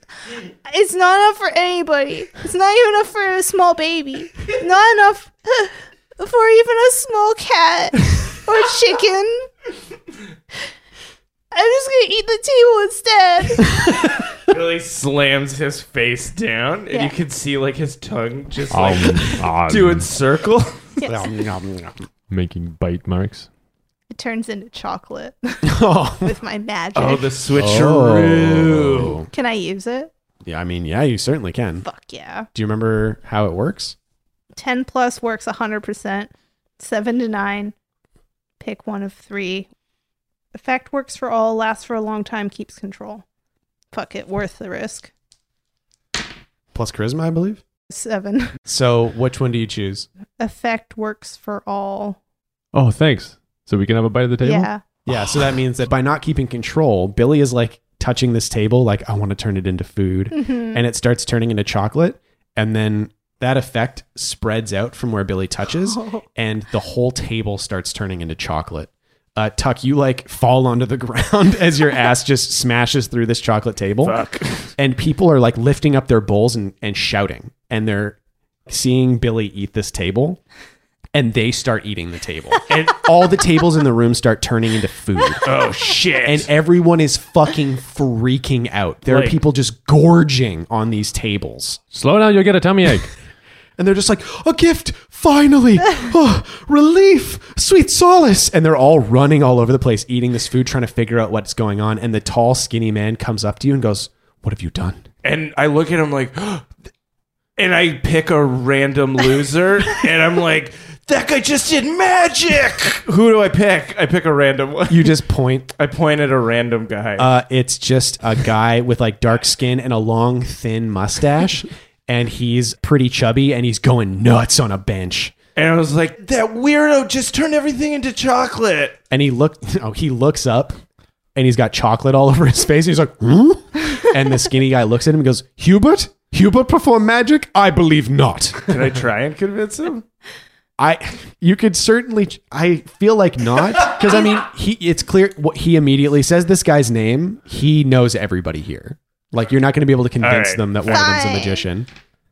E: It's not enough for anybody. It's not even enough for a small baby. Not enough for even a small cat or chicken. I'm just gonna eat the table instead.
C: Billy slams his face down and
E: Yeah.
C: you can see like his tongue just
D: Um,
C: like
D: um,
C: doing circle.
D: making bite marks.
E: It turns into chocolate
B: Oh.
E: with my magic.
C: Oh, the switcheroo.
E: Can I use it?
B: Yeah, I mean, yeah, you certainly can.
E: Fuck yeah.
B: Do you remember how it works?
E: 10 plus works 100%. 7 to 9. Pick one of three. Effect works for all, lasts for a long time, keeps control. Fuck it, worth the risk.
B: Plus charisma, I believe.
E: 7.
B: So, which one do you choose?
E: Effect works for all.
D: Oh, thanks. So we can have a bite of the table.
E: Yeah.
B: Yeah, so that means that by not keeping control, Billy is like touching this table, like, I want to turn it into food. And it starts turning into chocolate. And then that effect spreads out from where Billy touches,
C: Oh.
B: and the whole table starts turning into chocolate. Uh, Tuck, you like fall onto the ground as your ass just smashes through this chocolate table. And people are like lifting up their bowls and, and shouting. And they're seeing Billy eat this table and they start eating the table. And all the tables in the room start turning into food.
C: Oh shit.
B: And everyone is fucking freaking out. There are
C: Like-
B: people just gorging on these tables.
D: Slow down, you'll get a tummy ache.
B: And they're just like, a gift, finally, oh, relief, sweet solace. And they're all running all over the place, eating this food, trying to figure out what's going on. And the tall, skinny man comes up to you and goes, What have you done?
C: and I look at him like, and I pick a random loser, and I'm like, that guy just did magic. Who do I pick? I pick a random one. Oh,
B: You just point.
C: I point at a random guy.
B: Uh, it's just a guy with like dark skin and a long, thin mustache. And he's pretty chubby and he's going nuts on a bench.
C: and I was like, that weirdo just turned everything into chocolate.
B: and he looked oh he looks up and he's got chocolate all over his face he's like hmm? and the skinny guy looks at him and goes hubert hubert perform magic i believe not
C: Can I try and convince him?
B: i you could certainly i feel like not because i mean he it's clear what he immediately says this guy's name he knows everybody here like you're not going to be able to convince
C: right.
B: them that one of them's a
E: Fine.
B: magician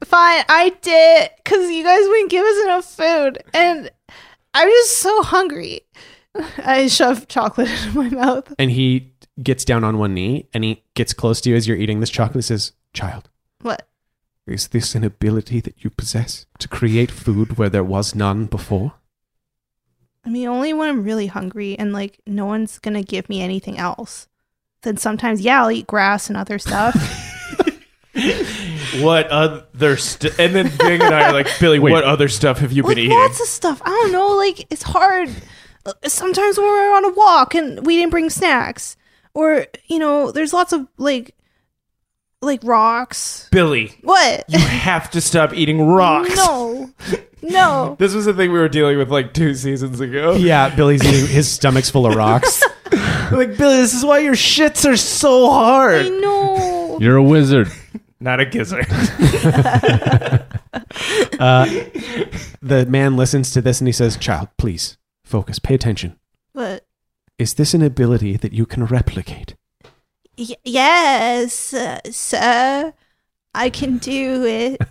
E: Fine, I did because you guys wouldn't give us enough food, and I'm just so hungry. I shove chocolate into my mouth.
B: and he gets down on one knee and he gets close to you as you're eating this chocolate and says child
E: What?
B: Is this an ability that you possess to create food where there was none before?
E: I mean, only when I'm really hungry and like no one's gonna give me anything else. Then sometimes, yeah, I'll eat grass and other stuff.
C: what other st-? and then Big and I are like, Billy, what other stuff have you been
E: like
C: eating?
E: lots of stuff. I don't know. Like it's hard. Uh, Sometimes when we're on a walk and we didn't bring snacks, or you know, there's lots of like, like rocks.
C: Billy,
E: What?
C: you have to stop eating rocks.
E: No, no.
C: This was the thing we were dealing with like two seasons ago.
B: Yeah, Billy's eating, his stomach's full of rocks.
C: Like, Billy, this is why your shits are so hard.
E: I know.
D: You're a wizard.
C: Not a gizzard.
B: the man listens to this and he says, "Child, please focus. Pay attention.
E: But
B: Is this an ability that you can replicate?"
E: y- yes, uh, sir, I can do it.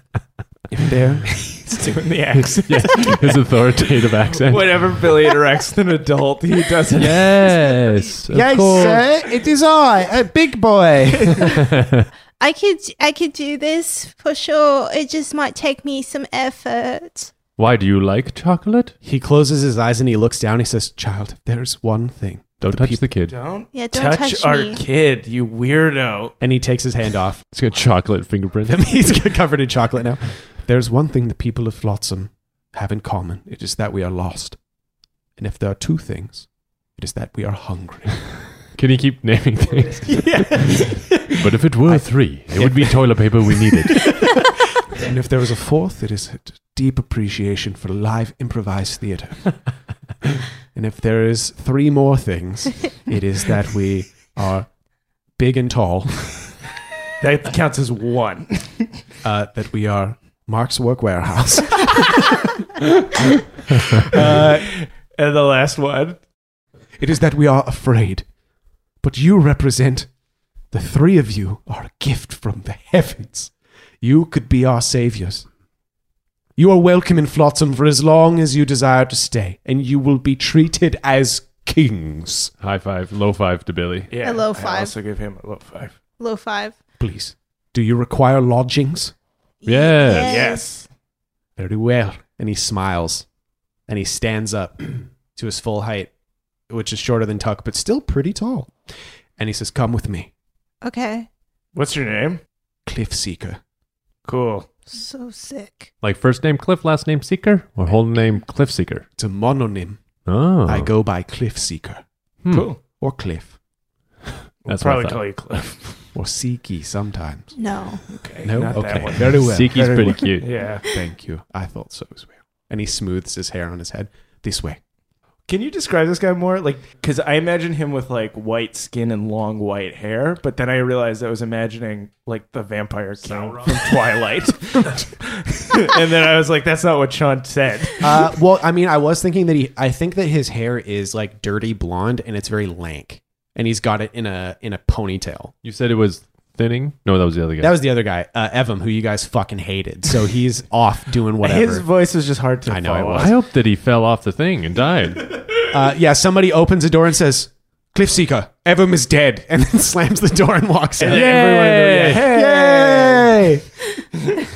B: If there,
C: He's doing the accent.
D: Yeah, his authoritative accent.
C: Whenever Billy interacts with an adult, he does it.
D: Yes, of
F: yes,
D: course.
F: sir. It is I, a big boy.
E: I could, I could do this for sure. It just might take me some effort.
D: Why do you like chocolate?
B: he closes his eyes and he looks down. He says, "Child, if there's one thing."
D: Don't touch
B: peop-
D: the kid.
C: Don't,
E: Yeah, don't touch,
C: our
E: me.
C: kid, you weirdo.
B: And he takes his hand off.
D: It's got chocolate fingerprints.
B: He's covered in chocolate now. There's one thing the people of Flotsam have in common. It is that we are lost. And if there are two things, it is that we are hungry.
D: Can you keep naming things? but if it were three, it would be toilet paper we needed.
B: And if there is a fourth, it is a deep appreciation for live improvised theater. and if there is three more things, it is that we are big and tall,
C: That counts as one.
B: uh, that we are Mark's Work Warehouse.
C: Uh, and the last one.
B: It is that we are afraid. But you represent, the three of you are a gift from the heavens. You could be our saviors. You are welcome in Flotsam for as long as you desire to stay, and you will be treated as kings.
D: High five, low five to Billy.
C: Yeah,
E: A low
C: I
E: five.
C: also give him a low five.
E: Low five.
B: Please, do you require lodgings?
D: Yes.
B: Very well. And he smiles, and he stands up to his full height, which is shorter than Tuck, but still pretty tall. And he says, Come with me,
E: Okay.
C: What's your name?
B: Cliff Seeker.
C: Cool.
E: So sick.
D: Like first name Cliff, last name Seeker, or whole name Cliff Seeker.
B: It's a mononym.
D: Oh,
B: I go by Cliff Seeker
D: Hmm.
C: Cool.
B: or Cliff
C: We'll
D: That's what
C: probably
D: I thought.
C: call you Cliff.
B: or Seeky sometimes.
E: No.
C: Okay.
B: No,
C: not that
B: okay,
C: one.
B: very well.
D: Seeky's
B: very
D: pretty
B: well.
D: cute.
C: Yeah.
B: Thank you. I thought so as well. And he smooths his hair on his head this way.
C: Can you describe this guy more? Like, because I imagine him with like white skin and long white hair, but then I realized I was imagining like the vampire king from Twilight. and then I was like, that's not what Sean said.
B: Uh, well, I mean, I was thinking that he. I think that his hair is like dirty blonde and it's very lank, and he's got it in a in a ponytail.
D: You said it was thinning. No, that was the other guy.
B: That was the other guy, uh, Evan, who you guys fucking hated. So he's off doing whatever.
C: His voice was just hard to
B: I know it
C: follow.
D: I hope that he fell off the thing and died.
B: Uh, yeah, somebody opens a door and says, "Cliff Seeker, Evan is dead," and then slams the door and walks out.
C: And everyone in the-
F: Yay!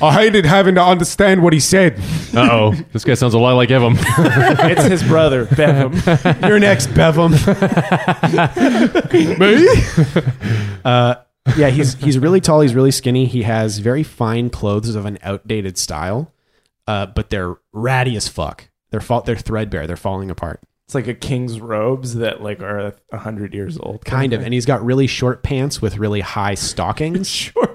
F: I hated having to understand what he said.
D: Uh oh, this guy sounds a lot like Evan.
C: yeah. it's his brother, Bevem.
B: You're next, Bevem.
D: Me?
B: Uh, yeah, he's he's really tall. He's really skinny. He has very fine clothes of an outdated style, uh, but they're ratty as fuck. They're fa- they're threadbare. They're falling apart,
C: It's like a king's robes that like are a hundred years old.
B: kind of. And he's got really short pants with really high stockings.
C: Short.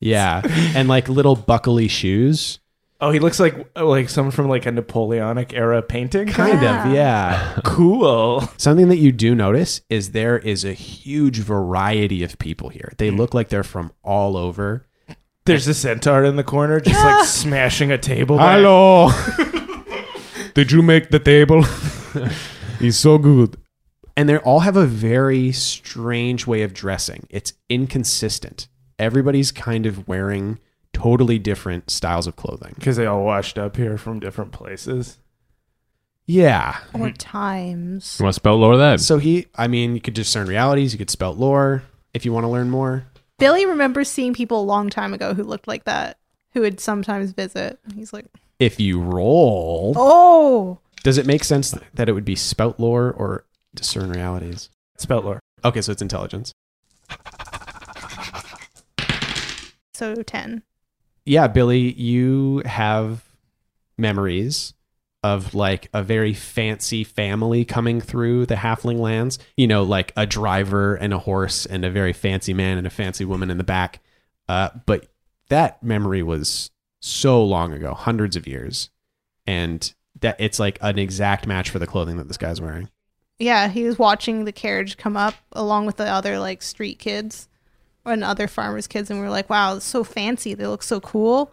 B: Yeah, and like little buckly shoes.
C: Oh, he looks like like someone from like a Napoleonic era painting.
B: Kind of, yeah.
C: cool.
B: Something that you do notice is there is a huge variety of people here. They look like they're from all over.
C: There's a centaur in the corner, just like smashing a table. by-
F: Hello. Did you make the table? He's so good.
B: and they all have a very strange way of dressing. It's inconsistent. Everybody's kind of wearing totally different styles of clothing.
C: because they all washed up here from different places.
B: Yeah.
E: Or times.
D: You want to spell lore that?
B: So he, I mean, you could discern realities, you could spell lore if you want to learn more.
E: Billy remembers seeing people a long time ago who looked like that, who would sometimes visit. He's like,
B: If you roll,
E: oh,
B: does it make sense that it would be spout lore or discern realities?
C: Spelt lore.
B: Okay, so it's intelligence.
E: so 10.
B: yeah, Billy, you have memories of like a very fancy family coming through the halfling lands, you know, like a driver and a horse and a very fancy man and a fancy woman in the back. Uh, but that memory was so long ago, hundreds of years. And that it's like an exact match for the clothing that this guy's wearing.
E: Yeah, he was watching the carriage come up along with the other like street kids and other farmers' kids, and we were like, "Wow, it's so fancy! They look so cool."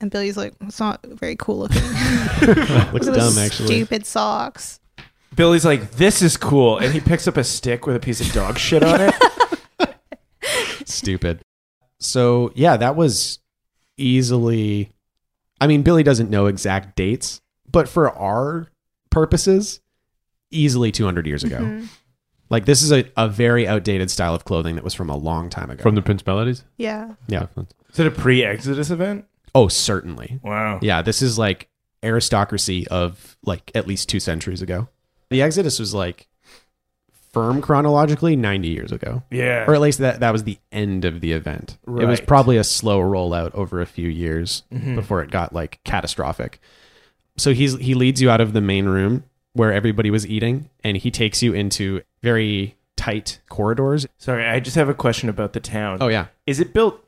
E: And Billy's like, "It's not very cool looking.
B: Looks
E: Those
B: dumb, actually.
E: Stupid socks."
C: Billy's like, "This is cool," and he picks up a stick with a piece of dog shit on it.
B: stupid. So yeah, that was easily. I mean, Billy doesn't know exact dates, but for our purposes, easily 200 years ago.
E: Mhm.
B: Like this is a, a very outdated style of clothing that was from a long time ago.
D: From the Principalities?
E: Yeah,
B: yeah.
C: Is it a pre-Exodus event?
B: Oh, certainly.
C: Wow.
B: Yeah, this is like aristocracy of like at least two centuries ago. The Exodus was like firm chronologically 90 years ago.
C: Yeah.
B: or at least that that was the end of the event. It was
C: Right.
B: probably a slow rollout over a few years before it got like catastrophic. So he's he leads you out of the main room where everybody was eating, and he takes you into very tight corridors.
C: Sorry, I just have a question about the town.
B: Oh yeah,
C: Is it built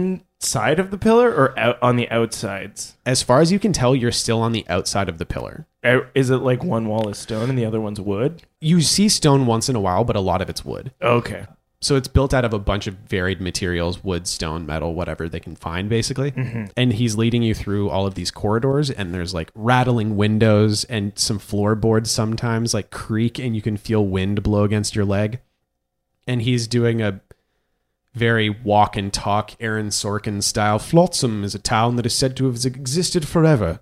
C: inside of the pillar or out on the outsides?
B: as far as you can tell, you're still on the outside of the pillar.
C: Uh, Is it like one wall is stone and the other one's wood?
B: You see stone once in a while, but a lot of it's wood.
C: Okay.
B: So it's built out of a bunch of varied materials wood, stone, metal, whatever they can find, basically. And he's leading you through all of these corridors, and there's like rattling windows and some floorboards sometimes like creak, and you can feel wind blow against your leg. And he's doing a very walk and talk Aaron Sorkin style. Flotsam is a town that is said to have existed forever.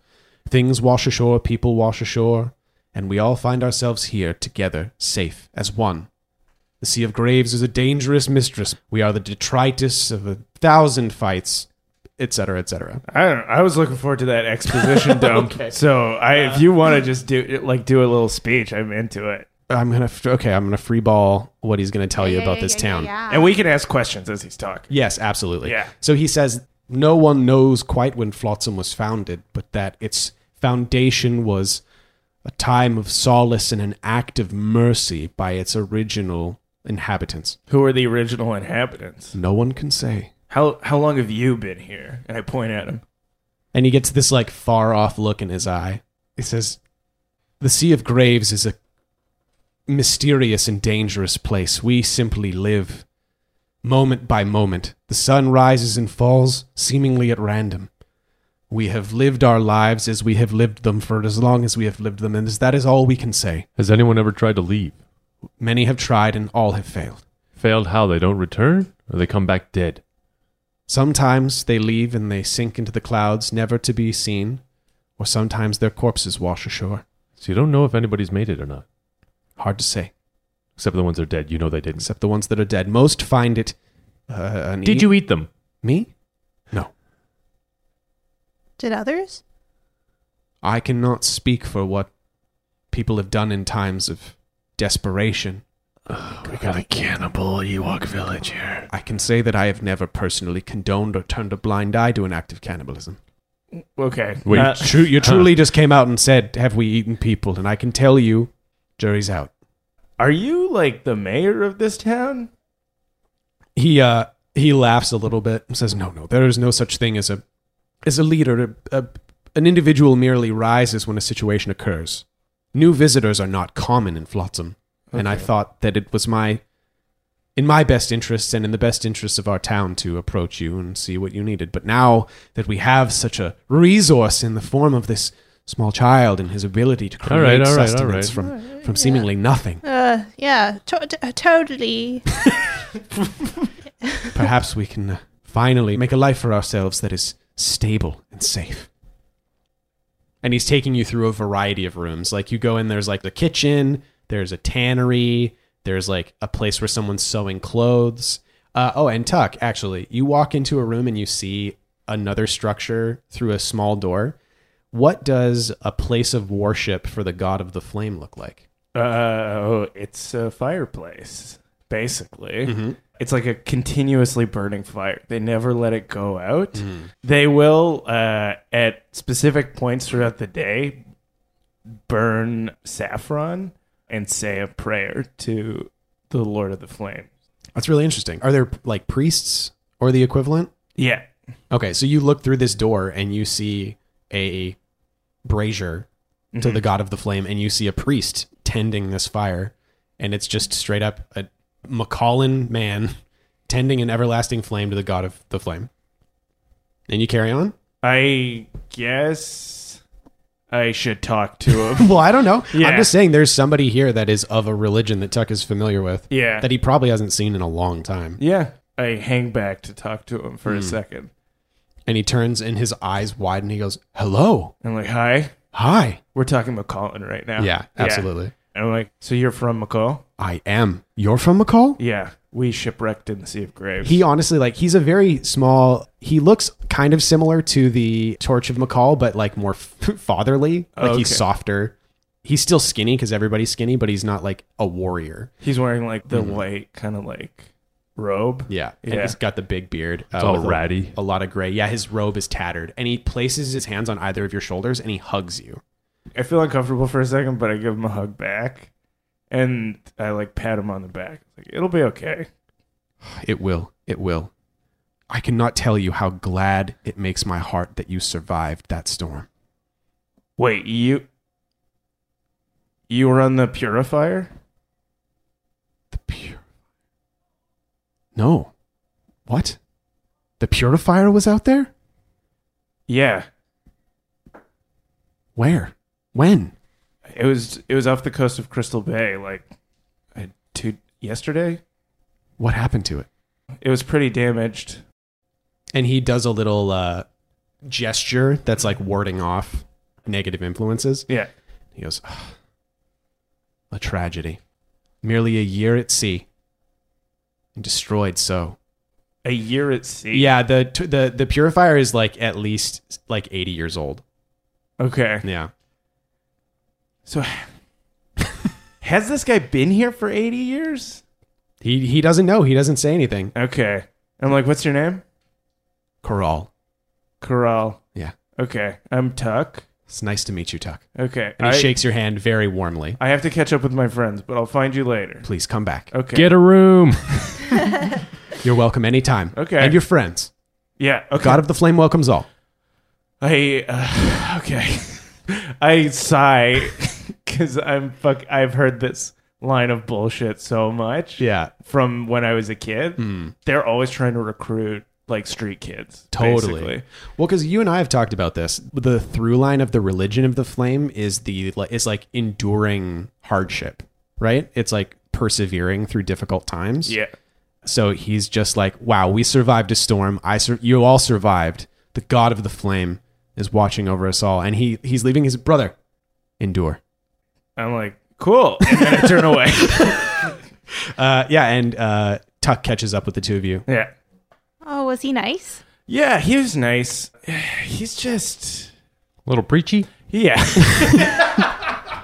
B: Things wash ashore, people wash ashore, and we all find ourselves here together, safe as one. The Sea of Graves is a dangerous mistress. We are the detritus of a thousand fights, etc., etc.
C: I don't know. I was looking forward to that exposition dump. So I, if you want to just do like do a little speech, I'm into it.
B: I'm gonna f- okay. I'm gonna freeball what he's gonna tell you about this town.
C: And we can ask questions as he's talking.
B: Yes, absolutely.
C: Yeah.
B: So he says no one knows quite when Flotsam was founded, but that its foundation was a time of solace and an act of mercy by its original inhabitants.
C: Who are the original inhabitants?
B: No one can say.
C: How how long have you been here? And I point at him.
B: and he gets this like far off look in his eye. He says, "The Sea of Graves is a mysterious and dangerous place. We simply live moment by moment. The sun rises and falls seemingly at random. We have lived our lives as we have lived them for as long as we have lived them, and that is all we can say.
D: Has anyone ever tried to leave?
B: Many have tried and all have failed."
D: Failed how? They don't return? Or they come back dead?
B: Sometimes they leave and they sink into the clouds, never to be seen, or sometimes their corpses wash ashore.
D: So you don't know if anybody's made it or not.
B: Hard to say.
D: Except the ones that are dead. You know they didn't.
B: except the ones that are dead. Most find it. Uh, an
D: Did
B: e-
D: you eat them?
B: me? No,
E: did others?
B: I cannot speak for what people have done in times of desperation.
D: We got a cannibal Ewok village here.
B: I can say that I have never personally condoned or turned a blind eye to an act of cannibalism.
C: Okay.
D: Wait,
C: Uh,
B: True, you truly just came out and said, "Have we eaten people?" And I can tell you, jury's out.
C: are you like the mayor of this town?
B: He uh he laughs a little bit and says, "No, no, there is no such thing as a as a leader. A, a, an individual merely rises when a situation occurs. New visitors are not common in Flotsam, and I thought that it was my in my best interests and in the best interests of our town to approach you and see what you needed. But now that we have such a resource in the form of this small child and his ability to
D: All
B: create
D: right, all right, all
B: sustenance
D: right.
B: from from seemingly nothing,
E: Uh, yeah, to- to- totally.
B: Perhaps we can uh, finally make a life for ourselves that is stable and safe. And he's taking you through a variety of rooms. Like you go in, there's like the kitchen, there's a tannery, there's like a place where someone's sewing clothes. Uh, oh, and Tuck, actually, you walk into a room and you see another structure through a small door. What does a place of worship for the god of the flame look like? Mm-hmm.
C: Uh, oh, it's a fireplace, basically. It's like a continuously burning fire. They never let it go out.
B: Mm-hmm.
C: They will, uh, at specific points throughout the day, burn saffron and say a prayer to the Lord of the Flame.
B: That's really interesting. Are there like priests or the equivalent?
C: Yeah.
B: Okay, so you look through this door and you see a brazier to the god of the flame, and you see a priest tending this fire, and it's just straight up a Macallan man tending an everlasting flame to the god of the flame. And you carry on.
C: I guess I should talk to him.
B: Well, I don't know.
C: Yeah.
B: I'm just saying, there's somebody here that is of a religion that Tuck is familiar with
C: yeah.
B: that he probably hasn't seen in a long time.
C: yeah. I hang back to talk to him for
B: Hmm.
C: a second.
B: And he turns and his eyes widen. He goes, "Hello,
C: I'm like, hi.
B: hi."
C: We're talking McCollin right now.
B: Yeah, absolutely.
C: And I'm like, so you're from McCall?
B: I am. You're from McCall?
C: Yeah. We shipwrecked in the Sea of Graves.
B: He honestly, like, he's a very small. He looks kind of similar to the Torch of McCall, but like more fatherly. Like
C: Oh,
B: he's
C: okay.
B: softer. He's still skinny because everybody's skinny, but he's not like a warrior.
C: He's wearing like the white kind of like robe.
B: Yeah, and
C: Yeah.
B: he's got the big beard. It's
D: all ratty.
B: A, lot of gray. Yeah, his robe is tattered, and he places his hands on either of your shoulders and he hugs you.
C: I feel uncomfortable for a second, but I give him a hug back. And I like pat him on the back. Like, it'll be okay.
B: It will. It will. I cannot tell you how glad it makes my heart that you survived that storm.
C: Wait, you You were on the purifier?
B: The pure. No. What? The purifier was out there?
C: Yeah.
B: Where? When?
C: It was it was off the coast of Crystal Bay, like uh, two yesterday.
B: What happened to it?
C: It was pretty damaged.
B: And he does a little uh, gesture that's like warding off negative influences.
C: Yeah.
B: He goes, "Ah, A tragedy. Merely a year at sea. And destroyed so.
C: A year at sea.
B: Yeah, the t- the the purifier is like at least like 80 years old.
C: Okay.
B: Yeah.
C: So has this guy been here for 80 years?
B: He he doesn't know. He doesn't say anything.
C: Okay. I'm like, what's your name?
B: Corral.
C: Corral.
B: Yeah.
C: Okay. I'm Tuck.
B: It's nice to meet you, Tuck.
C: Okay.
B: And
C: I,
B: he shakes your hand very warmly.
C: I have to catch up with my friends, but I'll find you later.
B: Please come back.
C: Okay.
D: Get a room.
B: You're welcome anytime.
C: Okay.
B: And your friends.
C: yeah. Okay.
B: God of the Flame welcomes all.
C: I uh, okay. I sigh because I'm fuck. I've heard this line of bullshit so much.
B: Yeah.
C: From when I was a kid,
B: Hmm.
C: they're always trying to recruit like street kids.
B: Totally.
C: basically.
B: Well, because you and I have talked about this. The through line of the religion of the flame is the is like enduring hardship, right? It's like persevering through difficult times.
C: Yeah.
B: So he's just like, wow, we survived a storm. I sur- you all survived. The God of the flame is watching over us all, and he he's leaving his brother. Endure.
C: I'm like, cool, and then I turn away.
B: Uh, yeah, and uh, Tuck catches up with the two of you.
C: yeah.
H: Oh, was he nice?
C: Yeah. He was nice. He's just.
D: little preachy.
C: Yeah.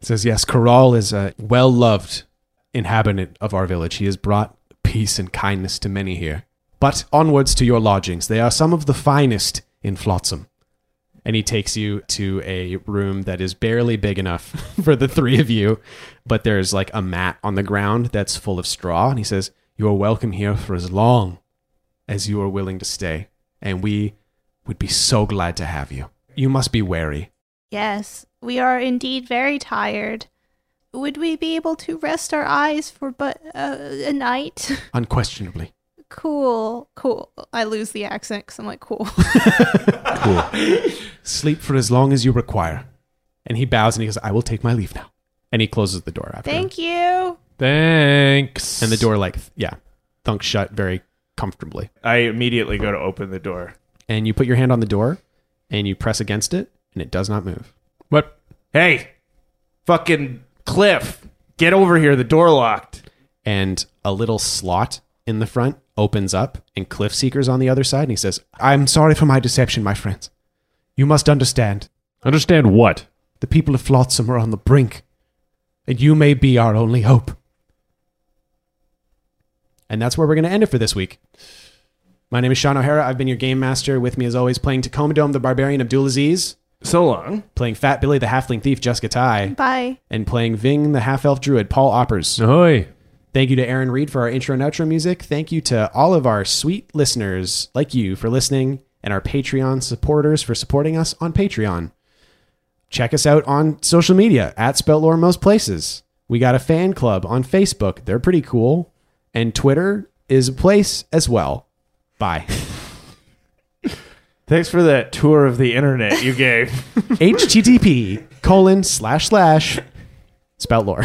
B: says, Yes, Corral is a well loved inhabitant of our village. He has brought peace and kindness to many here. But onwards to your lodgings. They are some of the finest in Flotsam. And he takes you to a room that is barely big enough for the three of you, but there's like a mat on the ground that's full of straw. And he says, You are welcome here for as long as you are willing to stay. And we would be so glad to have you. You must be wary.
E: Yes, we are indeed very tired. Would we be able to rest our eyes for but uh, a night?
B: Unquestionably.
E: cool, cool. I lose the accent because I'm like, cool.
B: Sleep for as long as you require. And he bows and he goes, I will take my leave now. And he closes the door after him.
E: Thank you.
D: Thanks.
B: And the door, like, th- yeah, thunks shut very comfortably.
C: I immediately go to open the door.
B: And you put your hand on the door and you press against it and it does not move.
D: What?
C: Hey, fucking Cliff, get over here. The door locked.
B: And a little slot in the front opens up and Cliff Seeker's on the other side and he says,
G: I'm sorry for my deception, my friends. You must understand,
D: Understand what?
G: the people of Flotsam are on the brink, and you may be our only hope.
B: And that's where we're going to end it for this week. My name is Sean O'Hara. I've been your game master. With me, as always, playing Tacoma Dome, the Barbarian Abdulaziz,
C: So long.
B: playing Fat Billy, the Halfling Thief, Jessica Ty,
E: Bye.
B: and playing Ving, the Half Elf Druid, Paul Oppers.
D: Ahoy.
B: Thank you to Aaron Reed for our intro and outro music. Thank you to all of our sweet listeners like you for listening and our Patreon supporters for supporting us on Patreon. Check us out on social media at Speltlore most places. We got a fan club on Facebook. They're pretty cool. And Twitter is a place as well. Bye.
C: Thanks for that tour of the internet you gave.
B: HTTP colon slash slash Speltlore.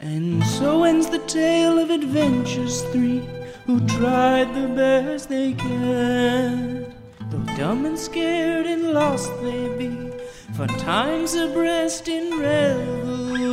A: And so ends the tale of adventures three who tried the best they can. Though dumb and scared and lost they be, for time's abreast in revelry.